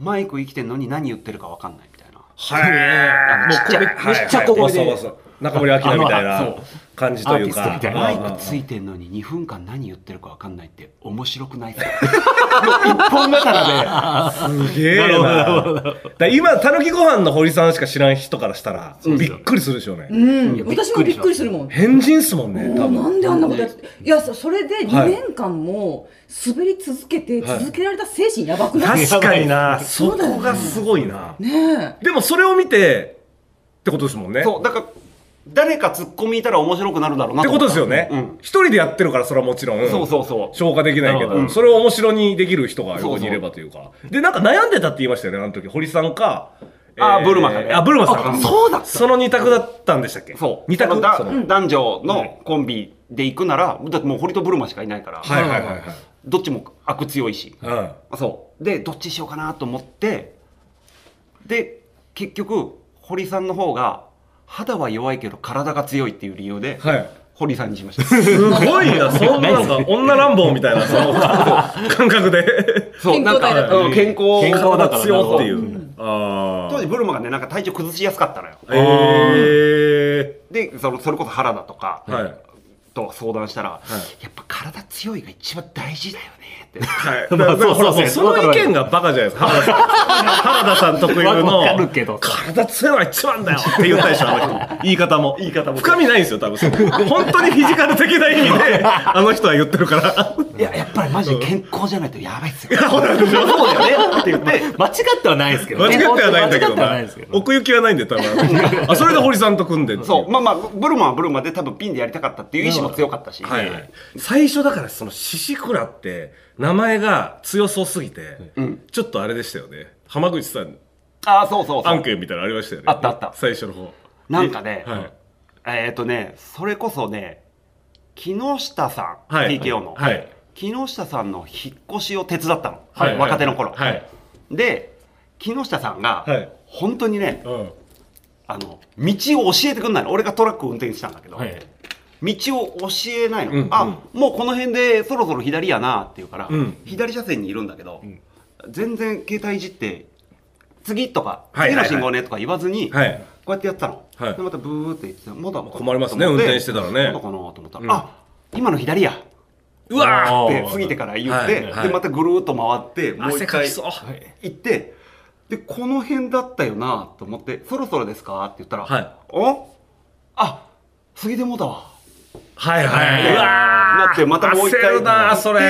マイク生きてんのに何言ってるかわかんないみたいな
はい。もう
ちっちゃい
め
っちゃ小声で
中森明菜みたいな
あの
感じという
アー
か。
ティストみたいな
は
マ
い
イクついてんのに2分間何言ってるかわかんないって面白くないっすか一本刀
すげえな。だから今、たぬきご飯の堀さんしか知らん人からしたら、びっくりするでしょうね。
うん
いやびっくりします
私もびっくりするもん。
変人っすもんね、多
もうな
分。
んであんなことやっていやそそれで
は
2
い
年間も滑り続けて
はい
続けられた精神やばくない、
確かにな、そ
そうだよね
こがすごいな。
ね
でもそれを見て、ってことですもん *laughs* ね。
でそうだから誰かツッコミいたら面白くなるだろうな
って
思
こ
った
とですよね
うん。
一人でやってるから、それはもちろん。
そうそうそう
消化できないけ
う
ど、
ん
それを面白にできる人が横にいればというか。で、なんか悩んでたって言いましたよね、あの時。堀さんか、
あ
えー
ブルマさんね
あ、ブルマさん。
あそうだった
その二択だったんでしたっけ
そう
二
あ
択
のだ
そのはい
男女のコンビで行くならだってもう堀とブルマしかいないから、
はいはいはい。
どっちも悪強いし
うん。
そうでどっちにしようかなと思ってで結局堀さんの方が肌は弱いけど体が強いっていう理由で、
はい。
堀さんにしまし
*laughs*
た
すごい
*laughs*
な、そんななんか女乱暴みたいな、その感覚で。
そうなんか
健康体だから
うん健康
健康だから
強っていうう。あ
当時
あ。
ブルマがねなんか体調崩しやすかったのよ
え
でそのそれこそ原田とか、
え。はい。
と相談したら、
い
やっぱ体強いが一番大事だよねって
はい、
まあ
だから
そうそうそう
ほらその意見がバカじゃないですか原田さん原田さん特有の
わかるけど
体強いのが一番だよって言ったでしょあの人言い方も言い方も深みないんですよ多分その本当にフィジカル的な意味であの人は言ってるから
いややっぱりマジで健康じゃないとやばいっすよ
そうだよね
って言って
間違ってはないですけど
間違
ね。
ってはないんだけど
間違っては
な
ないですけど。
奥行きはないんで多分あそれで堀さんと組んでってい
そうまあまあブルマはブルマで多分ピンでやりたかったっていう意志も強かったし、
はいはい、最初だからそのシシクラって名前が強そうすぎて、
ん
ちょっとあれでしたよね浜口さん
ああそうそうそ
案
う
件みたいなのありましたよね
あったあった
最初の方
なんかね、
はい
えっ、とねそれこそね木下さん、
はい
TKO の、
はい
木下さんの引っ越しを手伝ったの、
はい
若手の頃、
はい
で木下さんが、
はい
本当にね
うん
あの道を教えてくんないの俺がトラックを運転したんだけど、
はい
道を教えないの、
うん
あ
うん
もうこの辺でそろそろ左やなって言うから、
うん
左車線にいるんだけど、
ん
全然携帯いじって次とか、
はいはいはい
次の信号ねとか言わずに、
はい
こうやってやってたの、
はい
でまたブーって言ってまだ
困りますね
と思って
運転してたらね
まだかなと思ったら、あ今の左や
うわー
あ
って過ぎてから言って、
はいはい
でまたぐるーっと回ってもう
汗
一
か
回
きそう
行ってでこの辺だったよなと思って「そろそろですか?」って言ったら「
はい
おあ過ぎてもうたわ」
はいはい
で
うわー
なってまたもう一回
焦るなーそれ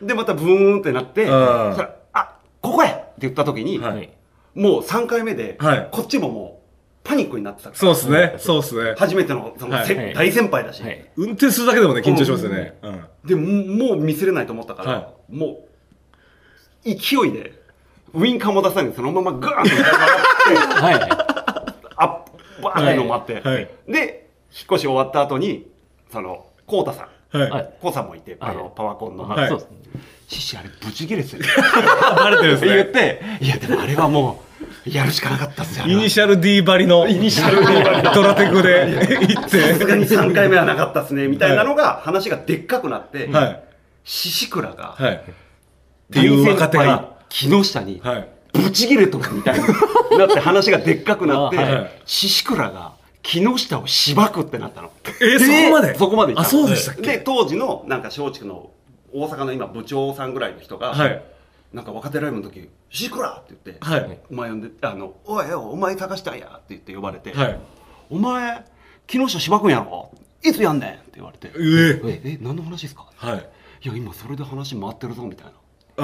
ででまたブーンってなって、
ん
そしたらあここやって言った時に、
はい
もう3回目で、
はい
こっちももうパニックになってたから
そうっすねそうっすね
初めてのその、
はい
せ
はい
大先輩だし、
はい
運転するだけでもね緊張しますよねうん
でもうもう見せれないと思ったから、
は
もう勢いでウインカーも出さないでそのままグーンって上がって
はい。
あバーンってのもあって、
はいはい
で引っ越し終わった後にそのコウタさん
はい、
はい
コウさんもいて、あ
は
の
い
パワーコンの、
はい
そうですね。
シシあれブチギレする
バレてるん
って言っ
ですね
ていやでもあれはもうやるしかなかったっすよ
イニシャル D ばりのイニシャル D ドラテクで行っ
さすが
て
に3回目はなかったっすねみたいなのが話がでっかくなって、
はい
シシクラが、
はいっていう若手が
大先輩木下に、
はい
ブチギレとかみたいになって話がでっかくなっ
あはい
て、シシクラが木下をしばくってなったの。
えーそこまで
そこまで行
あ
ったの
そうでしたっけ
で、当時のなんか松竹の大阪の今部長さんぐらいの人が、
はい
なんか若手ライブの時、シシクラって言って、
はい
お前呼んで、あの、おいよ、お前探したんやって言って呼ばれて、
はい
お前、木下しばくんやろいつやんねんって言われて、
えー
え、え、何の話ですか
はい
いや、今それで話回ってるぞみたいな。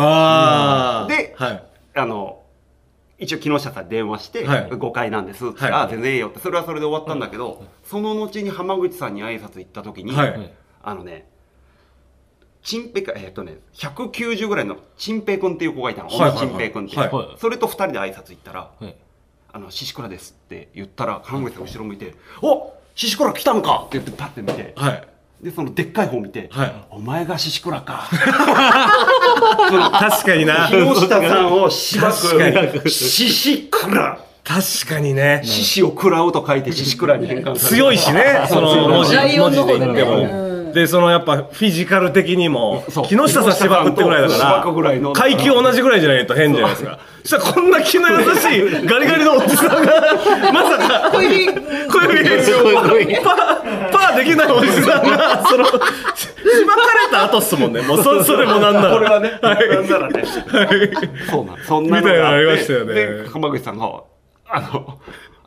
ああ
で
はい
あの一応木下さんに電話して、
はい
誤解なんです、
はい
あ全然ええよってそれはそれで終わったんだけど、その後に浜口さんに挨拶行った時に、
はい
あのねチンペカ、えっ、とね、190ぐらいのチンペイ君っていう子がいたの。
はいはいはい
チンペイ君って、
はい
はい
それと二人で挨拶行ったら、
はい
あの、シシコラですって言ったら、看護師さん後ろ向いて、おシシコラ来たんかって言ってパッて見て、
はい。
で、そのでっかい方見て、
はい
お前がシシコラか。
*laughs* 確かにな。
木下さんをしば
確
く、シシクラ。
確かにね。
獅子を食らうと書いて獅子くらに変換する。
強いし
*laughs*
ね、その文字、
ライオ
文
ン
字
の方
で
でね
言って
う
も。
ん
で、そのやっぱフィジカル的にも、
そう
木下さん芝生ってぐらいだ
芝
か
生ぐらい
ら、
の
階級同じぐらいじゃないと変じゃないですか。そしたらこんな気の優しい、ガリガリのおじさんが、まさか、
小指
小指でパー、パーできないおじさんが、その、しばかれた後っすもんね。もうそ、それもなんなら。
これはね、
はい
なんならね。そうなん、そんなの
みたい
が
なのありま
っ
した
て
よね
で、浜口さんが、あの、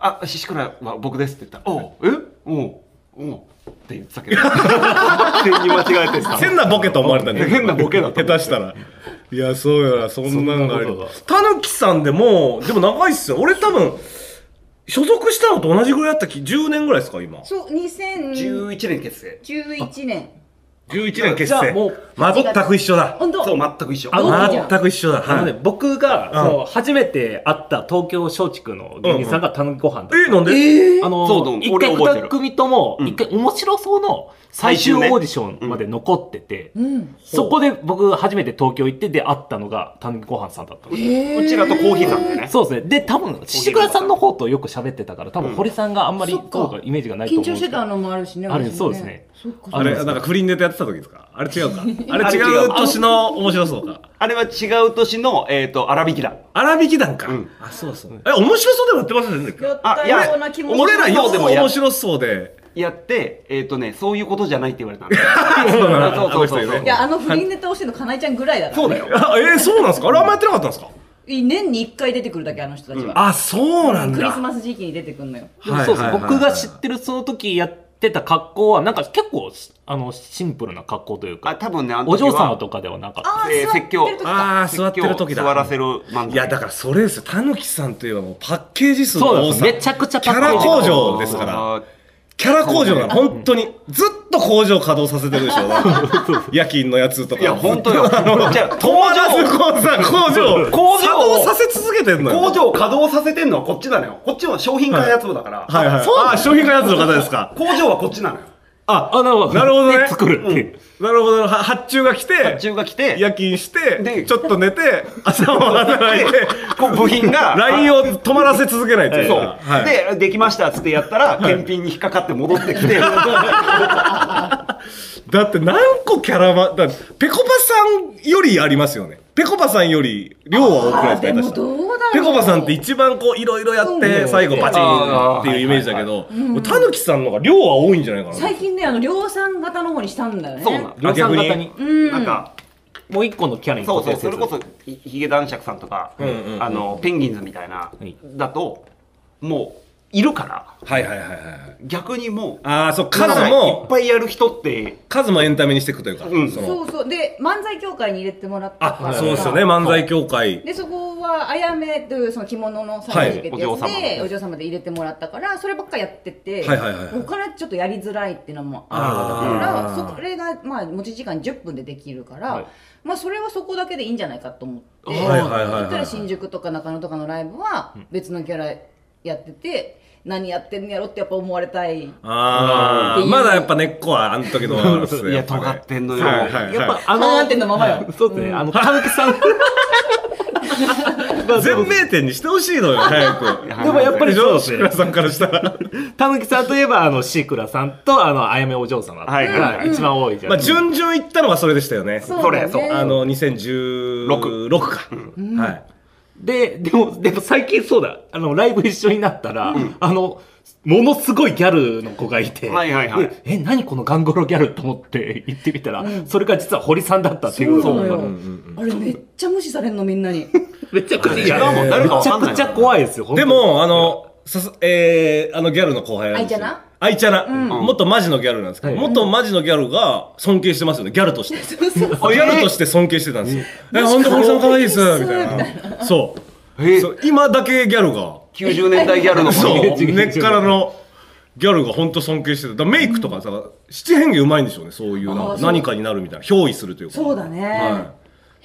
あ、獅子くらは僕ですって言ったら、おう、えおう、おう、って言ってたけど、
*laughs*
完全に間違えてた。
変なボケと思われたんじゃない
変なボケだと
下手したらいやそうやらそんなんがあ
そ
る
んなこ
たぬきさんでもでも長いっすよ俺多分所属したのと同じぐらいだったき10年ぐらいですか今
そう2011
11年結成。
年
11年結
じゃあ
成
もう
ま全く一緒だ
本当
そう、全く一緒。
あの
全く一緒だ
あの
は
ね
い、
僕が、
うん
その初めて会った東京松竹の芸人さんがたぬきご飯だった、
えなんで
あ
そうどう
の
も
一
俺
回
覚えて
二
る
組とも
うん
一回面白そうの最終オーディションまで残ってて、
うん
そこで僕初めて東京行ってで会ったのがたぬきご飯さんだったの
うちらとコーヒーさんだよね。
そうですねで多分獅子倉さんの方とよく喋ってたから多分堀さんがあんまり
そっか
そうかイメージがないと思
緊
うん
張
です
して
けど
たのもあるしね
ある
私ね
そうですね
そっか
あれ
あの
なんか不倫ネタやってた時ですかあれ違うかあれ
あれ
違う
違う
年の面白そうか
あれは違う年の、えっと、荒引きだ。
荒引き団か
うん
あそうそうえ面白そうでもやってませんでした
や
よ
っ
ね
たような気も
俺らようでも
や
面白そうで
やって、えっとね、そういうことじゃないって言われたんだ
*laughs* そうなんだ
そうそうそう
あの人
そう
ね
い。やあの不倫ネタをしてるのかなえちゃんぐらいだから
そうだよ。
あえーそうなんですかあれあんまやってなかったんですか
年に1回出てくるだけあの人たちは、
あそうなんだ
クリスマス時期に出てくるのよ
でもそうですね僕が知ってるその時やってた格好はなんか結構あのシンプルな格好という
あ、
か
多分ね、あの
お
時は
嬢様とかではなかった
ああ、
えー
座ってる
説
時
教
か
ああ座ってる時だ
座らせる漫才。
いやだからそれですよたぬきさんといえばもうパッケージ数の
そうなん
多
です
さ
めちゃくちゃ
キ
パッケ
ャ
ー
ラ
ジ
工場ですから
ら。
キャラ工場なの本当にずっと工場稼働させてるでしょ夜勤のやつとか
いや、
*laughs*
本当よ。じゃあ、
工 *laughs* 場工場
工場
稼働させ続けてんのよ
工場を稼働させてんのはこっちなのよ。こっちは商品開発部だから。
はいはい
そう
ああ商品開発の方ですか
工場はこっちなの
*laughs*
よ。
あ
あなるほど
なるほどね
で作るっていう、
なるほどは発注が来て
発注が来て、
夜勤して
で
ちょっと寝て朝も働いて
こう部
*laughs*
品が。
LINE を止まらせ続けないという
そう、
かはい
で、できましたっつってやったら、検品に引っかかって戻ってき
*laughs*
て、
だって何個キャラバンだペコパさんよりありますよねペコパさんより量は多くない
あ
です
で
か
も
下手したら
どうだろう
ペコパさんって一番こういろいろやって
うん
最後バチンっていうイメージだけどたぬきさんの方が量は多いんじゃないかな
最近ねあの量産型の方にしたんだよね
そうなの
あ
量産型
逆
に
に
うん
なんか、
もう一個のキャラに
そうそう、
固定
そ
す
れ
る
こそ、ひヒゲ男爵さんとか、
うんうんうん
あの、ペンギンズみたいな、
い
だと、もう、いるから、
はいはいはいはい
逆にもう、
ああそう
な
数
んかいっ
も
ぱいやる人って、
数もエンタメにしていくというか
うん
そ
そ
の
うそうで漫才協会に入れてもらったか
あ
ら
そうですよね漫才協会
でそこはあやめというその着物のサイズってやつで、
はい
お嬢様で入れてもらったからそればっかやってて、
はいはいはいはい
お金ちょっとやりづらいっていうのも
あ
あ
ー
るからそれがまあ持ち時間10分でできるから、
はい
まあそれはそこだけでいいんじゃないかと思って、
はいはいはいはい
そしたら新宿とか中野とかのライブは別のキャラやってて、何やってんのやろってやっぱ思われたい。
あ
う
あ
ん
まだやっぱ根っこはあの時のあるっすね
い
や
や、
っぱね
尖ってんのよ。
はいはい
やっ
は
ぱ
い
あの
半々点のままよ
はい *laughs* そうですね、あのたぬきさん
全名店にしてほしいのよ早く
でもやっぱりそうです
志
ね
倉さんからした
*laughs*
ら
たぬきさんといえばあのシークラさんとあのあやめお嬢様
はいはい
が一番多いじゃ
ま
ない
あ、
ですか、
順々いったのはそれでしたよね。
そうだよね
それ
あの、2016か。はい。
ででもでも最近そうだあのライブ一緒になったら、あのものすごいギャルの子がいて、
はいはいはい
でえ何このガンゴロギャルと思って行ってみたら、それが実は堀さんだったっていう
そうなのよ、
そう
あれめっちゃ無視されんのみんな
*laughs*
に
めちゃくちゃ
違うもん誰
め
かわ
ち
か
ゃ
んない
くちゃ怖いですよ本当
で
に
も、あの、さすえー、あのギャルの後輩なんですよ
あいちゃな
あいちゃな。元マジのギャルなんですけど、
はい
元マジのギャルが尊敬してますよね、ギャルとして。ギ
そうそう
ャルとして尊敬してたんですよ。え、
マジ
ほんと、堀さん可愛いです、
可愛い
み
です
たいな。そう
え
そう。今だけギャルが。
90年代ギャルの
そう、
頃
根っからの。ギャルが本当尊敬してただからメイクとかさ、七変化うまいんでしょうねそういうなん
あー
か
そう
何かになるみたいな憑依するというか
そうだね、
は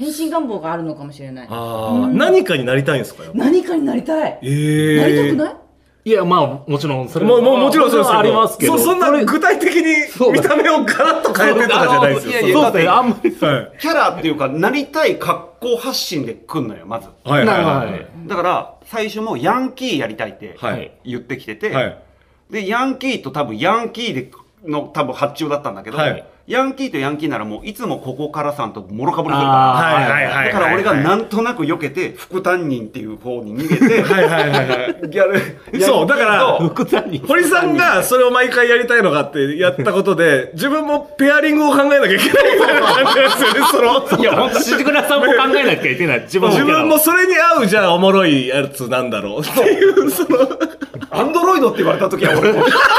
い
変身願望があるのかもしれない
ああ何かになりたいんですかよ
何かになりたい、
ええ
なりたくない
いや、まあ、もちろん、それ
もうもうもちろんそうですけど
ありますけど。
そそんな具体的
そ
に
うだ
見た目をガラッと変えてとかじゃないですよ
あのいやいや
そうですね、あんまり。
そのはい
キャラっていうか、なりたい格好発信で来んのよ、まず。
はいはい
なる
は
ほど
い
だから、最初もヤンキーやりたいって
はい
言ってきてて、
はい
で、ヤンキーと多分、ヤンキーでの多分発注だったんだけど、
はい
ヤンキーとヤンキーならもういつもここからさんともろかぶりする
あ
か
はいはい
ら、
はい
だから俺がなんとなく避けて、副担任っていう方に逃げ
*laughs*
て、
はいはいはいはい
*laughs* ギャル、
そうだから
ヤンキーと
福谷
堀さんがそれを毎回やりたいのがあってやったことで自分もペアリングを考えなきゃいけないみたいな感じですよねその
いや、本当藤倉さんも考えなきゃいけない。自分
自
キャラ
分もそれに合うじゃあおもろいやつなんだろうっていうその
アンドロイドって言われた時は俺も、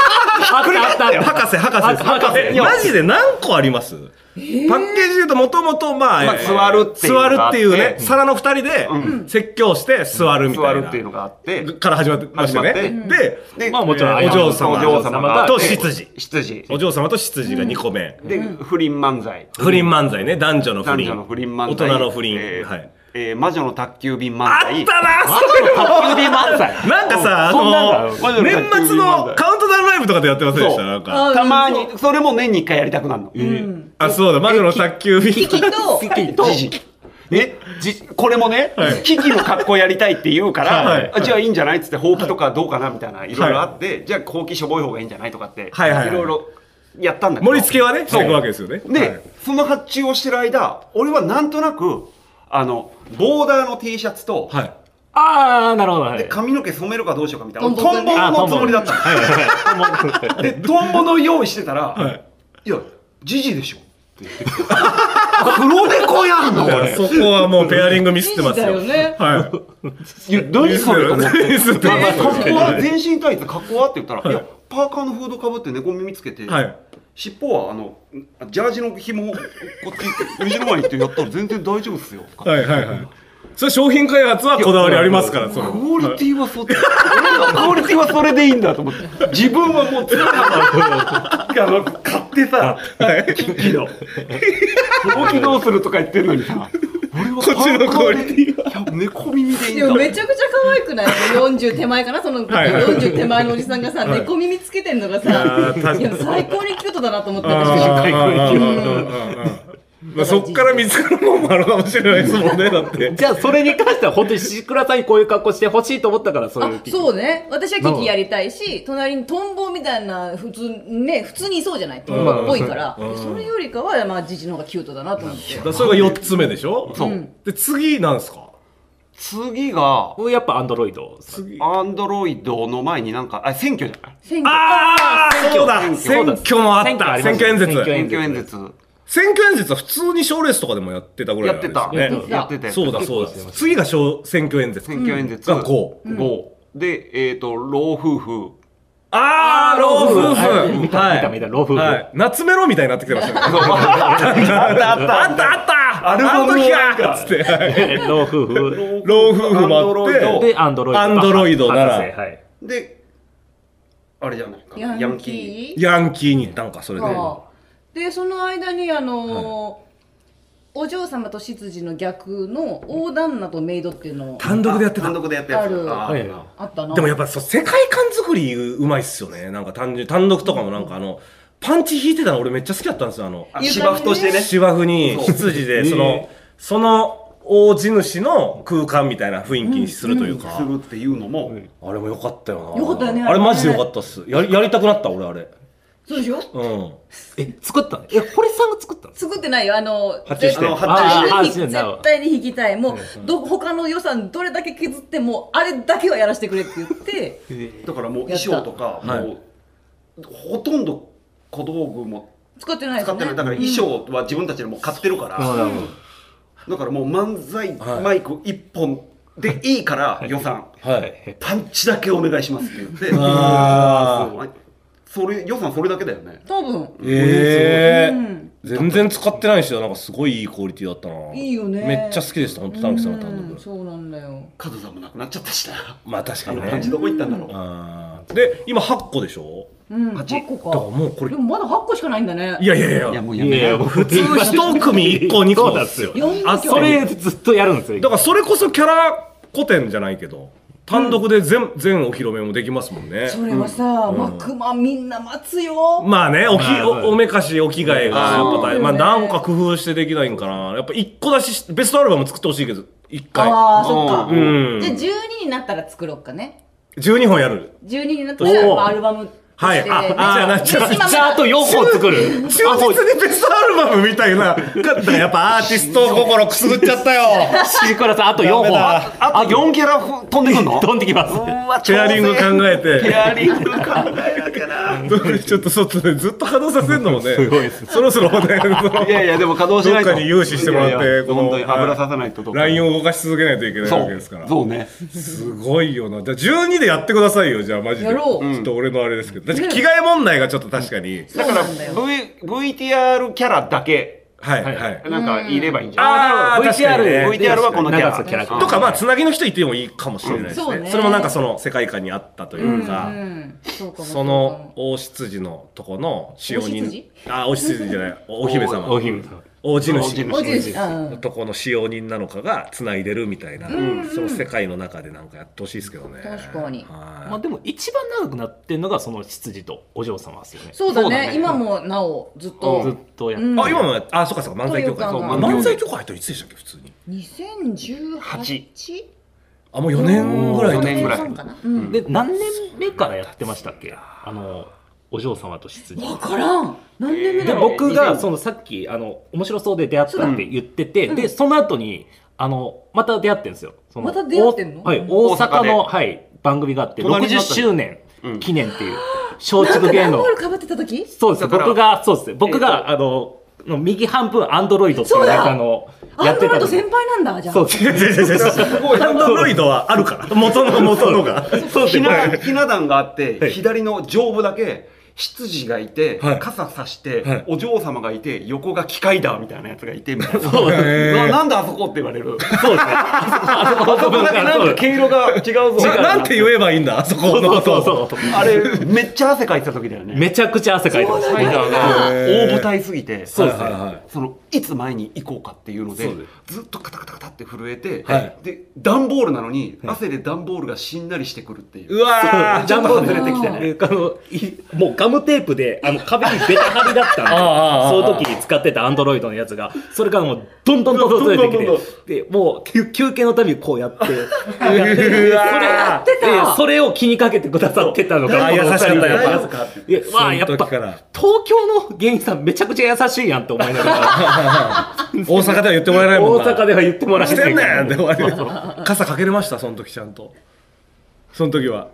あったあった。
博士博士
博士
いやマジで何個ありますパッケージで言うともともとまあ、
まあ
えー
座るっていうの
座る
が
っ
あって
ていうね、皿の二人で説教して座るみた
座
いな、
るっていうのがあって、
から始まってましたよね
始ま
で
で
まあもちろん
えー
お嬢様
お嬢様が
と執事
執事
お嬢様と執事が2個目、
で、不倫漫才
不倫漫才ね男女の不
男
倫
女の不倫漫
大
才
人の不倫、
えー
はい
えー魔女の宅急便漫
あっ
才
たなそれ
卓球で漫才。
なんかさ、あ
そんな
の
の
ある
年末のカウントダウンライブとかでやってませんでし
そ
た
う
なんか。
たまにそれも年に1回やりたくなるの、うん、
あ、そうだ、魔女の卓球便。
キキと
時事ね、じこれもね、
はい
キキの格好やりたいって言うから、
はい
あじゃあいいんじゃないっつって、ほうきとかどうかなみたいな、いろいろあって、じゃあほうきしょぼい方がいいんじゃないとかって、
はいはいはい
ろいろやったんだけど。
盛り付けはね、し
そう
ていくわけですよね。
で、その発注をしてる間、俺はなんとなく、あの、ボーダーの T シャツと、
はい。はい
ああ、なるほど。はい
で髪の毛染めるかどうしようかみたいな、
ト
俺
ンボ
トンボ
あ
のつもりだったの。で、トンボの用意してたら、
はい
い、や、ジジでしょって言ってきて *laughs* 黒猫やんの
だから
俺。
そこはもうペアリングミスってますよ。
いい時代よね
はい
何それと思って。
い。ミスってま
で
すよ
格好は全身タイツ格好はって言ったら、
はい
い、やパーカーのフードかぶって猫耳つけて、
はい
尻尾はあのジャージの紐をこっち後ろ前にってやったら全然大丈夫っすよとか
はいはいはい。それ商品開発はこだわりありますから、その。
クオリティはそっち、俺のクオリティはそれでいいんだと思って自分はもう全部あの買ってさキッキーの動きどうするとか言ってるのにさ俺
こ
は
っちのクオリ
ティは猫耳でいいん
でも
だ
めちゃくちゃ可愛くない ?40 手前かなその
はい
40手前のおじさんがさ、
はい
猫耳つけてんのが
やー確
さ、
かに
いや最高にキュートだなと思って私。
あーあーあ
うん
ーあーあーまあそっから見つかるもんもあるかもしれないですもんね、だって。
*laughs* じゃあ、それに関しては、本当に石倉さんにこういう格好してほしいと思ったから、そういう
あ。そうね私はキキやりたいし隣にトンボみたいな普通ね普通にいそうじゃないトンボっぽいからそれよりかはまあジジの方がキュートだなと思って
だからそれが4つ目でしょ
そう
うんで、次なんですか
次が
僕やっぱアンドロイド。
次。
アンドロイドの前になんかあ選挙じゃない
選挙
ああそうだ選
選挙
挙もあった選
選
挙
挙あ
演説
ります選挙
選挙演説
選挙演説は普通に賞レースとかでもやってたぐら
や
いな
っ
ん
て
です
た
よ、ね
やってて
そうだそうだ次が小選挙演説
選挙演説
がこう
五でえっと老夫婦
ああ老夫婦
はい見た見た見た老夫婦
はい夏メロみたいになってきてましたねあ
あったあった
ったあったあ
ルバム
あの時
なん
か
か
っつって
*laughs* 老夫婦。
老夫婦もあっ
アンドロイド
て
で、アンドロイド。
アンドロイドなら
博士はい。
で、あれじゃないか。
ヤンキー
ヤンキーに行ったのかそれで
あーでその間にあのーお嬢様と執事の逆の大旦那とメイドっていうの
単独でやってた
単独でやったやつ。
ある
あ
はい
ー
あったの
でもやっぱそう世界観作りうまいっすよねなんか単純単独とかもなんかあのパンチ引いてたの俺めっちゃ好きだったんですよあの
あ芝生としてね。
芝生に羊でそのその大地主の空間みたいな雰囲気にするというか、
するっていうのも、
あれも良かったよな
良かったよね
あれマジで良かったっすやり *laughs* やりたくなった俺あれ
そうでしょ
うん
え、作ったのえ、堀さんが作ったの
作ってないよあの
発注して
あの、
絶
発注し
あ
て
ー
対に
発注して
絶対に引きたいもうど他の予算どれだけ削ってもあれだけはやらせてくれって言っ
*laughs*
て
だからもう衣装とか、
た
もう、ほとんど小道具も
使ってないです
使っ
ね
てない。だから衣装は自分たちでもう買ってるから、だからもう漫才
はい
マイク一本でいいから予算、
はい
パンチだけお願いしますって言って、
あ
そうそれ、予算それだけだよね。
多分
ええ
うん
全然使ってないしなんかすごいいいクオリティだったない
いよね
めっちゃ好きでした本当タンクさんの単
うん
独
そうなんだよ
カズさんもなくなっちゃったしな。
まあ確か
あ
に
の
ね
感じどこ行ったんだろう。
あーで今8個でしょ
うん、
八
8個か。
だからもうこれ
でもまだ8個しかないんだね。
いやいやいや
いやもう
い
やめよ
や
う
普
普通一組一個二個なんですよ
四個
あっ
そ
さり
れずっとやるんですよ
だからそれこそキャラ古典じゃないけど単独で全,、全お披露目もできますもんね
それはさ、マクマみんな待つよ。
まあねおき
まあそう
おおめかしお着替えがやっぱ大変まあ
そうだよね
何か工夫してできないんかなやっぱ一個出ししベストアルバム作ってほしいけど一回
ああ、そっか。
う
じゃあ
ん
12になったら作ろうかね。
12本やる
12になったらやっぱアルバムとして。
はいああなっちゃう
今まだ
じゃああと4本作
*laughs*
る
忠実にベストアルバムみたいなだからやっぱアーティスト心くすぐっちゃったよ
シークラさんあと4
ダメ
本
だ
あと4キャラ飛んでく
*laughs*
んの
飛んできます
チェアリング考え
ペ
て
アリング考えなきゃな
ちょっと外でずっと稼働させるのもねす
ごいです
そろそろねその
いやいやでも稼働しないと
どっかに融資してもらって
いやいや
この
本当に油ささないとどっか
ラインを動かし続けないといけないわけですか
そう
ら
そうね
すごいよなじゃあ12でやってくださいよじゃあマジで
やろう
ちょっと俺のあれですけど確かに着替え問題がちょっと確かに、
だから、
そうなんだよ
v、VTR キャラだけ
はいはい
なんかいればいいんじゃない
あー
VTR
確かにね
で
VTR はこのキャラ
長さキャラクター
とかまあつなぎの人いてもいいかもしれないですね,、
そうね
れもなんかその世界観に合ったというか、
うんそうかも
その大羊のとこの使用
王
人
羊
あお羊じゃないおお姫様
お姫様
王子主
そうかもおじいうん
のとこの使用人なのかがつないでるみたいな、その世界の中でなんかやってほしいですけどね
確かに
まあ
は
でも一番長くなってんのがその執事とお嬢様ですよね
そうだ
そうだ
ね
ね
今もなおずっと
ずっとやって
う
い
ん
あ今もあそうかそうか漫才協会
というか
そう漫才協会入ったのいつでしたっけ普通に
2018
あもう4年ぐらい経
四
つ
年ぐらい
そうかなうん
で何年目からやってましたっけあのお嬢様と執事
わからん何年目
で
だろう
僕がそのさっきあの面白そうで出会ったって言ってて、
うん
でその後にあのまた出会ってるんですよその
また出会ってんの
おはい、
大
大
阪
阪
で
のはい、番組があって
隣に
60
なった
周年
うん
記念っていう
な
松
んか
竹芸
段ボ
能
ールかぶってた時
そうです
だから
僕がそうです僕が、あのの右半分アンドロイドっていう中の
ア
やっ
ン
て
ドロ
た
イ
の
ド先輩なんだじゃあ
そう
違う違 *laughs* う違う違う。アンドロイドはあるから。元の元のが。
そうです
ひ
ね
なひな壇があって、
はい
左の上部だけ執事がいて、
はい
傘さして、
はい
お嬢様がいて横が機械だみたいなやつがいてみたい
*laughs*
な
そうです
へー
ななんであそこって言われる
そうですねあそこあそ
そ
こ
こだけなんか毛色が違うぞ
ななんて言えばいいんだ、あそこの
そ
こ
うそう
と。
そう
あれめっちゃ汗かいてた時だよね
めちゃくちゃ汗かいてま
ス
す
パイダーが
へー
大舞台すぎて
そうですね
はいはいはい
そのいつ前に行こうかっていうので
そうで
ずっとカタカタカタって震えて、
はい
で段ボールなのに汗で段ボールがしんなりしてくるっていう
うわ
ち
ー。
ょっと外れてきてね
あのいもうガムテープであの壁にベタ貼りだったんで
ああああ
その時に使ってたアンドロイドのやつがそれからもうどんどんどんどんずれてきて
どんどん
でもう休休憩のたびにこうやって
う
やっ
わ
てた
でそれを気にかけてくださってたのが
あ優しかったやっぱ
っぱいやまあやっ
その
ぱ
時から
東京の芸人さんめちゃくちゃ優しいやんって思い
*laughs*
ながら
ー。大阪では言ってもらえないもん
大
な。
阪では言ってもらえな
し
い
てんねんって終わりよ傘かけれました、その時ちゃんと。その時は。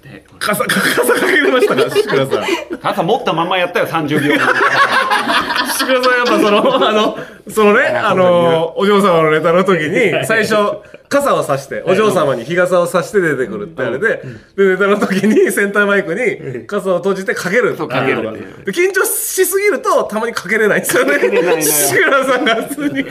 で
傘、か傘かけれましたか、志倉さ *laughs* ん。志
傘持ったままやったよ30秒
倉さんやっぱそ
*laughs*
の、あの、そのね、あの、お嬢様のネタの時に、最初、傘を差して、お嬢様に日傘を差して出てくるってあれで、で、ネタの時にセンターマイクに傘を閉じてかける。
そうかける
あので緊張しすぎると、たまにかけれないんですよね。
れないのよ
志倉さんが普通に。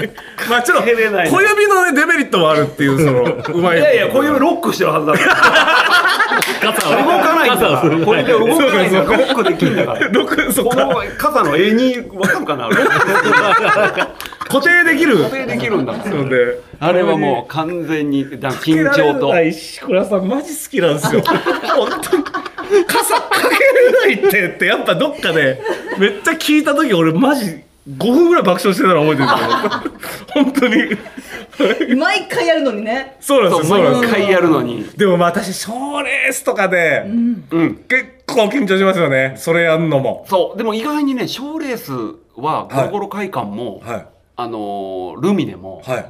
まあ、ちょっと、小
けれないの
指のね、デメリットもあるっていう、その、うまい。
いやいやこういうのロックしてるはずだから
傘
*laughs* 動かないんだ
傘
か
を
らこれで動かないんだからロックできんだから
ロックそっ
こ
か
の傘の絵にわかるかなロッ
固定できる
クでできるんだから
ので
あれはもう完全にだ緊張と
石倉さんマジ好きなん
*laughs*
ですよ本当に傘かけれないってってやっぱどっかでめっちゃ聞いた時俺マジ5分ぐらい爆笑してたの覚えてるんですよ *laughs* 本当に
毎回やるのにね
そうなん
そう
ですよそうなんで
毎
すよ
回やるのに
でもまあ私賞レースとかで、
うん
結構緊張しますよねそれやんのも
そうでも意外にね賞ーレースはゴロゴロ会館も、
はい
あのールミネも
はい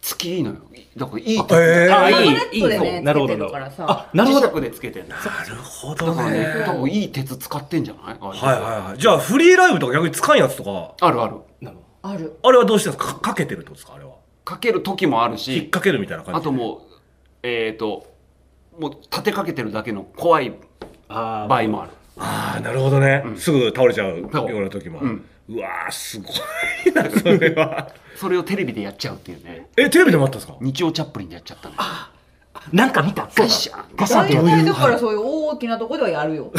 月いいのよだからいいって
え
あ
ー、
いい
タブレットでね
いいそうなるほど
つけてるからさ
あなるほど
磁石でつけてんだだ
なるほど
から
ね
ね多分いい鉄使ってんじゃないはい
はいはいはいじゃあフリーライブとか逆につかんやつとか
あるある
ある
あれはどうしてですかかかけてるってことですかあれは
かける時もある
引っ
し
掛けるみたいな感じ
あともうえっ、ともう立てかけてるだけの怖い
あー
場合もある
ああなるほどね、すぐ倒れちゃうよ
そう
うな時も、う
うん
わーすごいなそれは
それをテレビでやっちゃうっていうね
*laughs* えテレビでもあったんですか
日曜チャップリンでやっちゃったの
なんか見たガシャンガシャンっ
大
てやる
体だからそういう大きなとこではやるよ。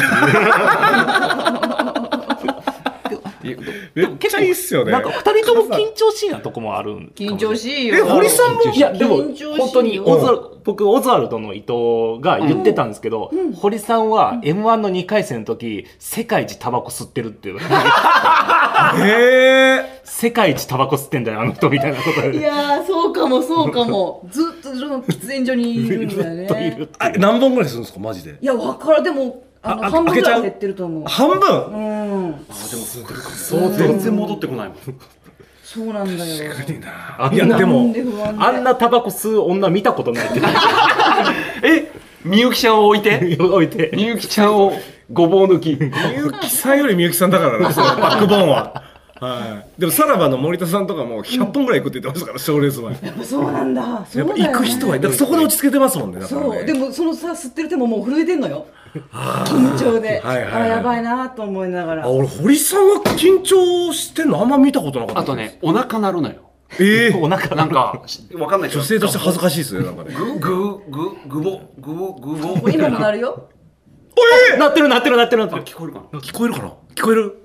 めっちゃいいっすよね
なんか二人とも緊張しいなとこもあるんかもしれない
緊張しいよ。
え堀さんも
いやでも
緊張しいよ
本当にオズワ僕オズワルドの伊藤が言ってたんですけど、堀さんは m 1の2回戦の時世界一タバコ吸ってるっていう
へえ
世界一タバコ吸ってんだよあの人みたいなこと
い
で
やーそうかもそう
*laughs*
かもずっとその喫煙所にいるんだよ
とい
ね
るって
あ
いう
何本ぐらいするんですかマジで
いやわからんでもあの
ああ
半分ぐら
開け
い
ちゃう
減ってると思う
半分
うん
全然戻ってこないもん。
そうなんだよ
あん
いや
な
で
な
も
んで不安で
あんなタバコ吸う女見たことないって *laughs*
え、みゆきちゃんを置いて
置いて
みゆきちゃんをごぼう抜き。
みゆきさんよりみゆきさんだから *laughs* ね、そのバックボーンは。はい。でも、さらばの森田さんとかも100本ぐらい行くって言ってましたから、賞レース前。や
やっぱそうなんだそう
っ
だ
ぱ
よ、ね、
行く人は、だからそこで落ち着けてますもんね、だから、ね。
そうでもそのさ吸ってる手ももう震えてんのよ緊張で、
はいはいはい
あやばいなと思いながら
あ、俺、堀さんは緊張してんのあんま見たことなかった。
あと。ね、お腹鳴るのよ。
ええ
お腹
なんか、わかんないけど
女性として恥ずかしいっすね、なんかね。
ぐ、ぐ、ぐ、ぐぼ、ぐぼ、ぐぼ。
もう今もなるよ
なってるなってるなってるなってる
聞こえるかな
聞こえるかな聞こえる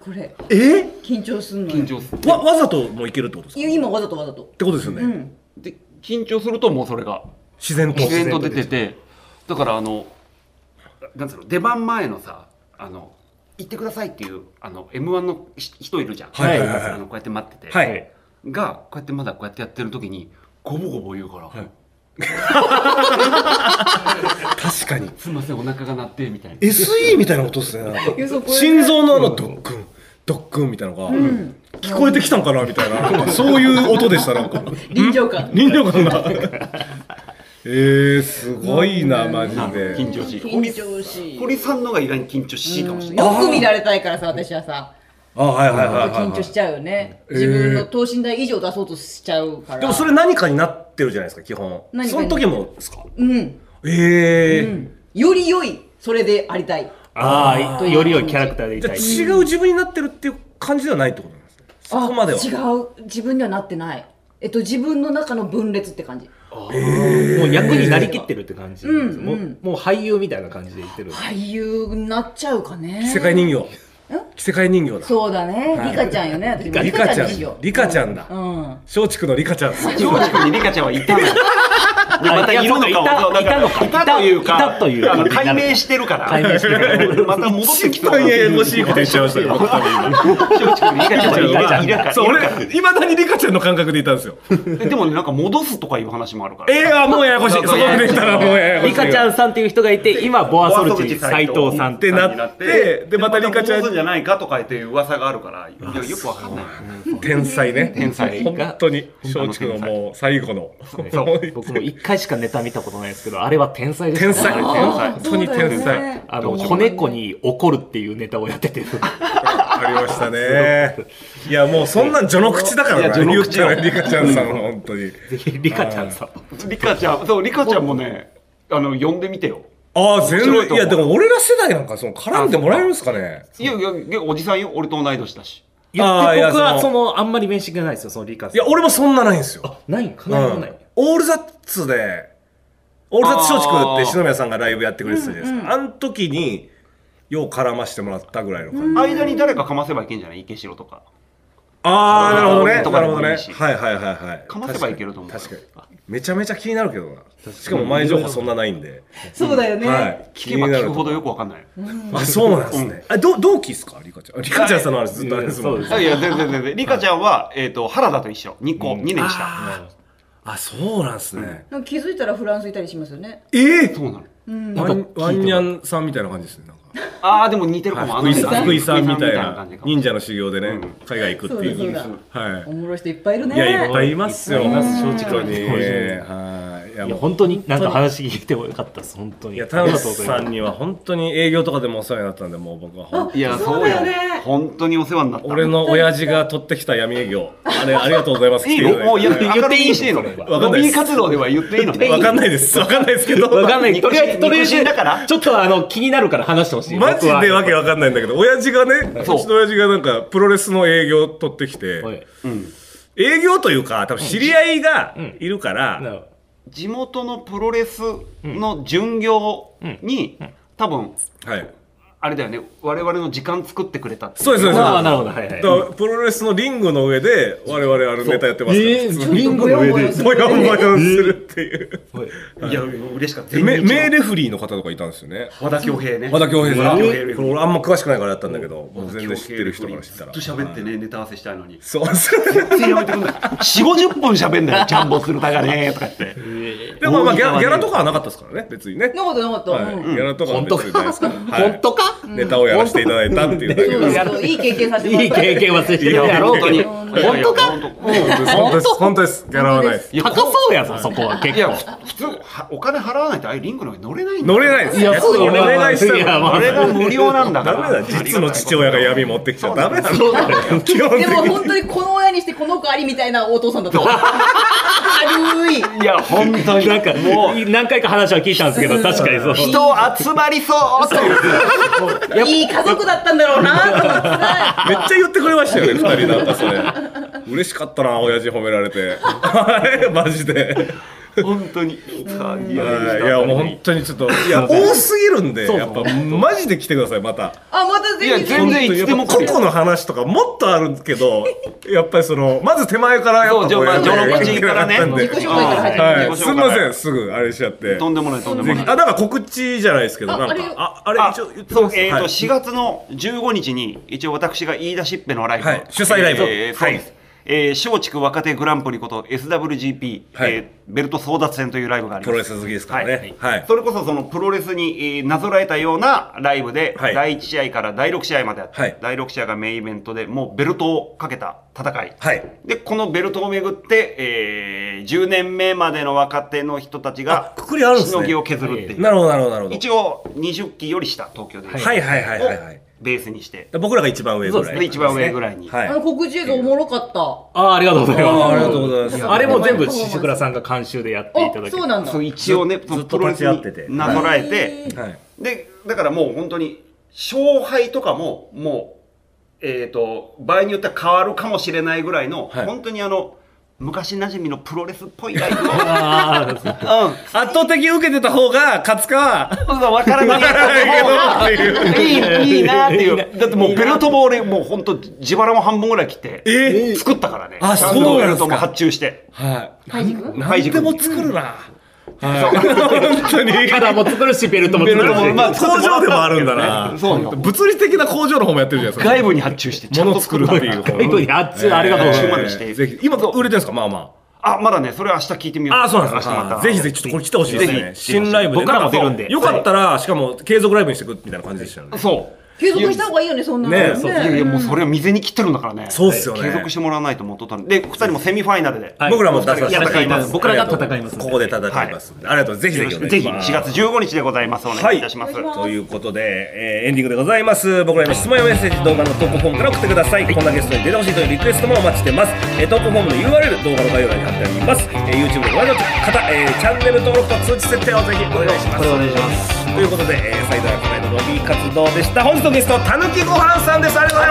これ
え
緊張すんのよ
緊張する。
えわ、わざともういけるってことですか
いや今わざとわざと
ってことですよね。
うん
で、緊張するともうそれが、
自然と。
自然と出てて、だからあの、なんつうの、出番前のさ、あの、行ってくださいっていう、あの、M1 のひ人いるじゃん。
はいはいはいはい
あの、こうやって待ってて。
はい。
が、こうやってまだこうやってやってる時に、ごぼごぼ言うから、
確かに。
すいません、お腹が鳴って、みたいな。
SE みたいなことっすね。なんか
いやそうこれね
心臓のあのドックン、ドックンみたいなのが、聞こえてきたんかなみたいな、なんかそういう音でした、なん
*laughs*
か。
臨場感
臨場感が。えー、すごいな、マジ
緊
で。
張しい。
緊張しい
堀さんのが意外に緊張しいかもしれない。
よく見られたいからさ私はさ
あ、はいはいはいはい
緊
は
張しちゃうよね、
えー
自分の等身大以上出そうとしちゃうから
い。でもそれ何かになってるじゃないですか、基本。
何か
そ
に
の時もですか
うん、
え
う
ー。
ん、より良いそれでありたい
ああより良いキャラクターでい
じゃ
た
あ
い
違う自分になってるっていう感じではないってことなんですね。そこまでは。
違う自分にはなってないえっと自分の中の分裂って感じ
もう役になりきってるって感じ、
うん
もう
うん
もう俳優みたいな感じで言ってる
俳優になっちゃうかね
着せ替え人形。着せ替え人形だ。
そうだね、
はい
リカちゃんよね私も
リ
リ
カ
カ
ち
ち
ゃ
ゃ
ん
んにしよ。う
リカちゃんだ。
うん
松竹のリカちゃんです。
松竹にリカちゃんはいたのよ。でまたいるの
い
か
やそうかいた
なん
いたのか
いたというか、
いたという
あの解明してるから、
解明してる
また戻ってき
一番ややこしいこと言っちゃいましたよ。
松竹にリカちゃんはいたからいるから
そう、俺、いまだにリカちゃんの感覚でいたん
*laughs*
ですよ。
えでもねなんか戻すとかいう話もあるから。
えー、あもうややこしい。そこまでいったらもうややこしい。
リカちゃ
ん。
んさんっていう人がいて今ボアソルチ斎藤さんっ
って
て
なってでまたリカちゃん
戻すんじゃないかとかっていう噂があるから、いやよくわかんない。
天才ね。
天才
本当に、松竹のもう最後の。
僕も1回しかネタ見たことないですけどあれは天才です
天才。
あ
本当に天
そうだよ
才
ね。
の子猫に怒るっていうネタをやって *laughs* て
ありましたね。いや、もうそんなん序の口だから
いや
な。
序の口
言ったらリカちゃんさんは本当に。
ぜひリカちゃんさん
リカちゃん、そうリカちゃんもね、あの呼んでみてよ。
ああ、全
白いと
然。い
思う
や、でも俺ら世代なんか、その絡んでもらえるんですかね。
いやいやいやおじさんよ、俺と同い年だし。
いや
あーいや
僕は
そ
そ
の
のあんまり面識がないですよそのリカさん
いや、俺もそんなないんですよ。
ないんか
う
な、いない
ん、オールザッツでオールザッツ松竹って篠宮さんがライブやってくれてたじゃないですか、あん時によう絡ましてもらったぐらいの感じ、
間に誰かかませばいけんじゃない池城とか。
ああなるほどね
とか
なるほどね
とかでもいいし
はいはいはいはい
かませばいけると思う
確かに確かにめちゃめちゃ気になるけどなしかも前情報そんなないんで、
そうだよね、
はい
聞けば聞くほど
気
よくわかんない。
になるあそうなんですね、あど同期ですかリカちゃんリカちゃんさんの話ずっとあれですもん
うん
ね
そ
あいや、全然全然。リカちゃんは、えっ、と、原田と一緒。2個、2年下。
あーあそうなんですね、
なんか気づいたらフランスいたりしますよね
ええ
そうなの。
ワンワンニャンさんみたいな感じですねなんか
ああ、でも似てるかも。あ
福
の
井さん福井さんみたいな
感じかも
忍者の修行でね海外行くって
そう
いう
だそう
はい
おもろい人いっぱいいるね
いやいっぱいいますよ
いっぱいいます
正
正
直
直
にはいいや
いや
もう
本当になんか話聞いてもよかったです本当に
いや田中
あ
さ
りがとうござい
ん
ます
には本当に営業とかでもお世話になったんでもう僕はほん
いや、そうよ。本当にお世話になった。
俺の親父が取ってきた闇営業あれありがとうございます
いいのもう言
わ
って
言っていいの
していいの
それは
わかん
ロ
ないです
ビー活動では言っていいの
わかんないですわかんないですけど
わかんない。とりあえず、とりあえ
肉親
ず、
だから
ちょっとあの、気になるから話してほしい。
マジ
僕は
でわけわかんないんだけど親父がねう
そう
ちの親父がなんかプロレスの営業取ってきて
はい
営業というか多分知り合いがいるから、いるから、
うんなるほど
地元のプロレスの巡業に、多分
はい。
あれだよね我々の時間作ってくれたってい
そうです、そうです。
まあ、
だ
な
か
るほど。はいはい。
らプロレスのリングの上で、我々あのネタやってますから。
えーリングの上で。
もやもやするっていう。
いや嬉しかった
め名レフリーの方とかいたんですよね。
和田恭平ね
和田恭平さん。
和
こ
田恭
れ
平
俺あんま詳しくないからやったんだけど、もう全然知ってる人から知ったら。
ずっと喋ってねネタ合わせしたいのに
そうそう。
全然やめてくんない4 5 0分喋んだよジャンボするだがねとかって
でもまあギャギャラとかはなかったですからね、別にね。
なかったなかった。
はい
うん
ギャラとかは
本
別
当
にない
か
ですから。はい
本当か
ネタをやらせていただいたっていうだけ
そう
です。
ですいい経験させても
いい
らった。
経験はせてるやろうとに。本当か
本当です。本当です。ギャラはないです。
高そうやぞ、そこは結
いや
構。
ふ普通はお金払わないとああいうリングの上に乗れないんだ
乗れないです。
いやそう
お
よね
願いした
いや
ら。
ま
あれが無料なんだか
ダ
ら
メだ。実の父親が闇持ってきちゃダメだ。基本
で
的
も
に。
本当にこの親にしてこの子ありみたいなお父さんだった。軽い。
いや本当に
なんか、もう、何回か話は聞いたんですけど、確かにそう。
人集まりそうっていう
いい家族だったんだろうなと思ってさ。
めっちゃ言ってくれましたよね、二人なんかそれ。嬉しかったな、親父褒められて。はいマジで。
本当にい
はいいや、もう本当にちょっと、いや、多すぎるんで、やっぱ、マジで来てください、また。
あ、またぜひ
いや
ぜ
全
ひ。
然いつでも来
個
るよ
々の話とかもっとあるけど、やっぱりその、まず手前からやっぱ
そう
や
序盤
やって
序盤からね
やってなかったんで
自己紹介から始めて
はい、
自己
す
紹
み
介
ません、すぐあれしちゃって。
とんでもないとんでも
ぜ
な
ひ
い
あ、だから告知じゃないですけど、
あ
なんか
あれよ、
あ、あれ
あ
一応言って
そ
ま
う
す。
えー
は
と
い
4月の15日に一応私が言い出しっぺのライブを、
はい主催ライブ
えーそうです、えー松竹若手グランプリこと SWGP、
はい
えーベルト争奪戦というライブがあり
プ
ま
ロレ
す
ス好きですからね。は
はい
い。
それこそそのプロレスに、えーなぞらえたようなライブで、
はい
第1試合から第6試合まであって、
はい
第6試合がメインイベントでもうベルトをかけた戦い、
はい。
でこのベルトをめぐって、えー10年目までの若手の人たちが
あくくりあるんですね
しのぎを削るっていう、
なるほど、なるほど、なるほど。
一応20期より下東京で、
はいはいはいはいはい。
ベースにして、
僕らが一番上ぐらい。
で一番上ぐらいに、
は
あ
い。
の告知映像おもろかった。
ああ、ありがとうござい
あ
ま。
ありがとうございますす。
あれも全部、シシクラさんが監修でやっていただ
あ、
け
そうなんだ。
そう一応ね
ず
その
ずっと立ち会ってて
プロレスになぞらえ
へ
て、
ー
はい。
でだからもう本当に勝敗とかももうえっ、と場合によっては変わるかもしれないぐらいの、
はい
本当にあの昔馴染みのプロレスっぽいライ
*laughs*
ブを、うん、
ああ、そう
圧倒的に受けてた方が勝つか、
分からない
ないけどって *laughs*
いいいいなっていう
いいな
だってもうベルトも俺もう本当自腹も半分ぐらい切って
え
作ったからね
あ
ちゃんと
そうな
ベ
んです
ル
か
トも発注して
はい。
ハイジ君
何でも作るな。はい。本当に。
カラーも作るし、ベルトも
ベ
作
ル
る
トも
し。
まあ
工場でもあるんだな。
そうよ
物理的な工場の方もやってるじゃないですか。
*laughs* 外部に発注してちゃん
物
と
作るっていう方。
最後にあっち、ありがとうございま。
ますでして
ぜひ、今売れてるんですかまあま
あまだねそれは明日聞いてみよう
あ。ああ、そうなんです
明日ま
か。
た
ぜひぜひ、ちょっとこれ来てほしいです
ぜ
ね。
ひ
新ライブで。
僕らも出るんで
なかよかったら、しかも継続ライブにしていくみたいな感じでしたよね。
そう
継続した方がいいよね、そんなの。
ねえ
いやいやもうそれは未然に切ってるんだからね
そうっすよね
継続してもらわないともうとったので二人もセミファイナルで、
はい
僕らも出させていただきます。
僕らが戦います
ここで戦いますんで。ありがとう。ぜひぜひお願い
ぜ
し
ひ
ます。
4月15日でございますお願いいたします、
はいお願いしま
ということで、えーエンディングでございます僕らへの質問やメッセージ動画の投稿フォームから送ってください、こんなゲストに出てほしいというリクエストもお待ちしてます、えー投稿フォームの URL 動画の概要欄に貼ってあります、えー YouTube でご覧の方、えーチャンネル登録と通知設定をぜひお願いします
これお願いします
ということで、えー、サイドライフライのロビー活動でした本日のゲストたぬきごはんさんですありがとうござい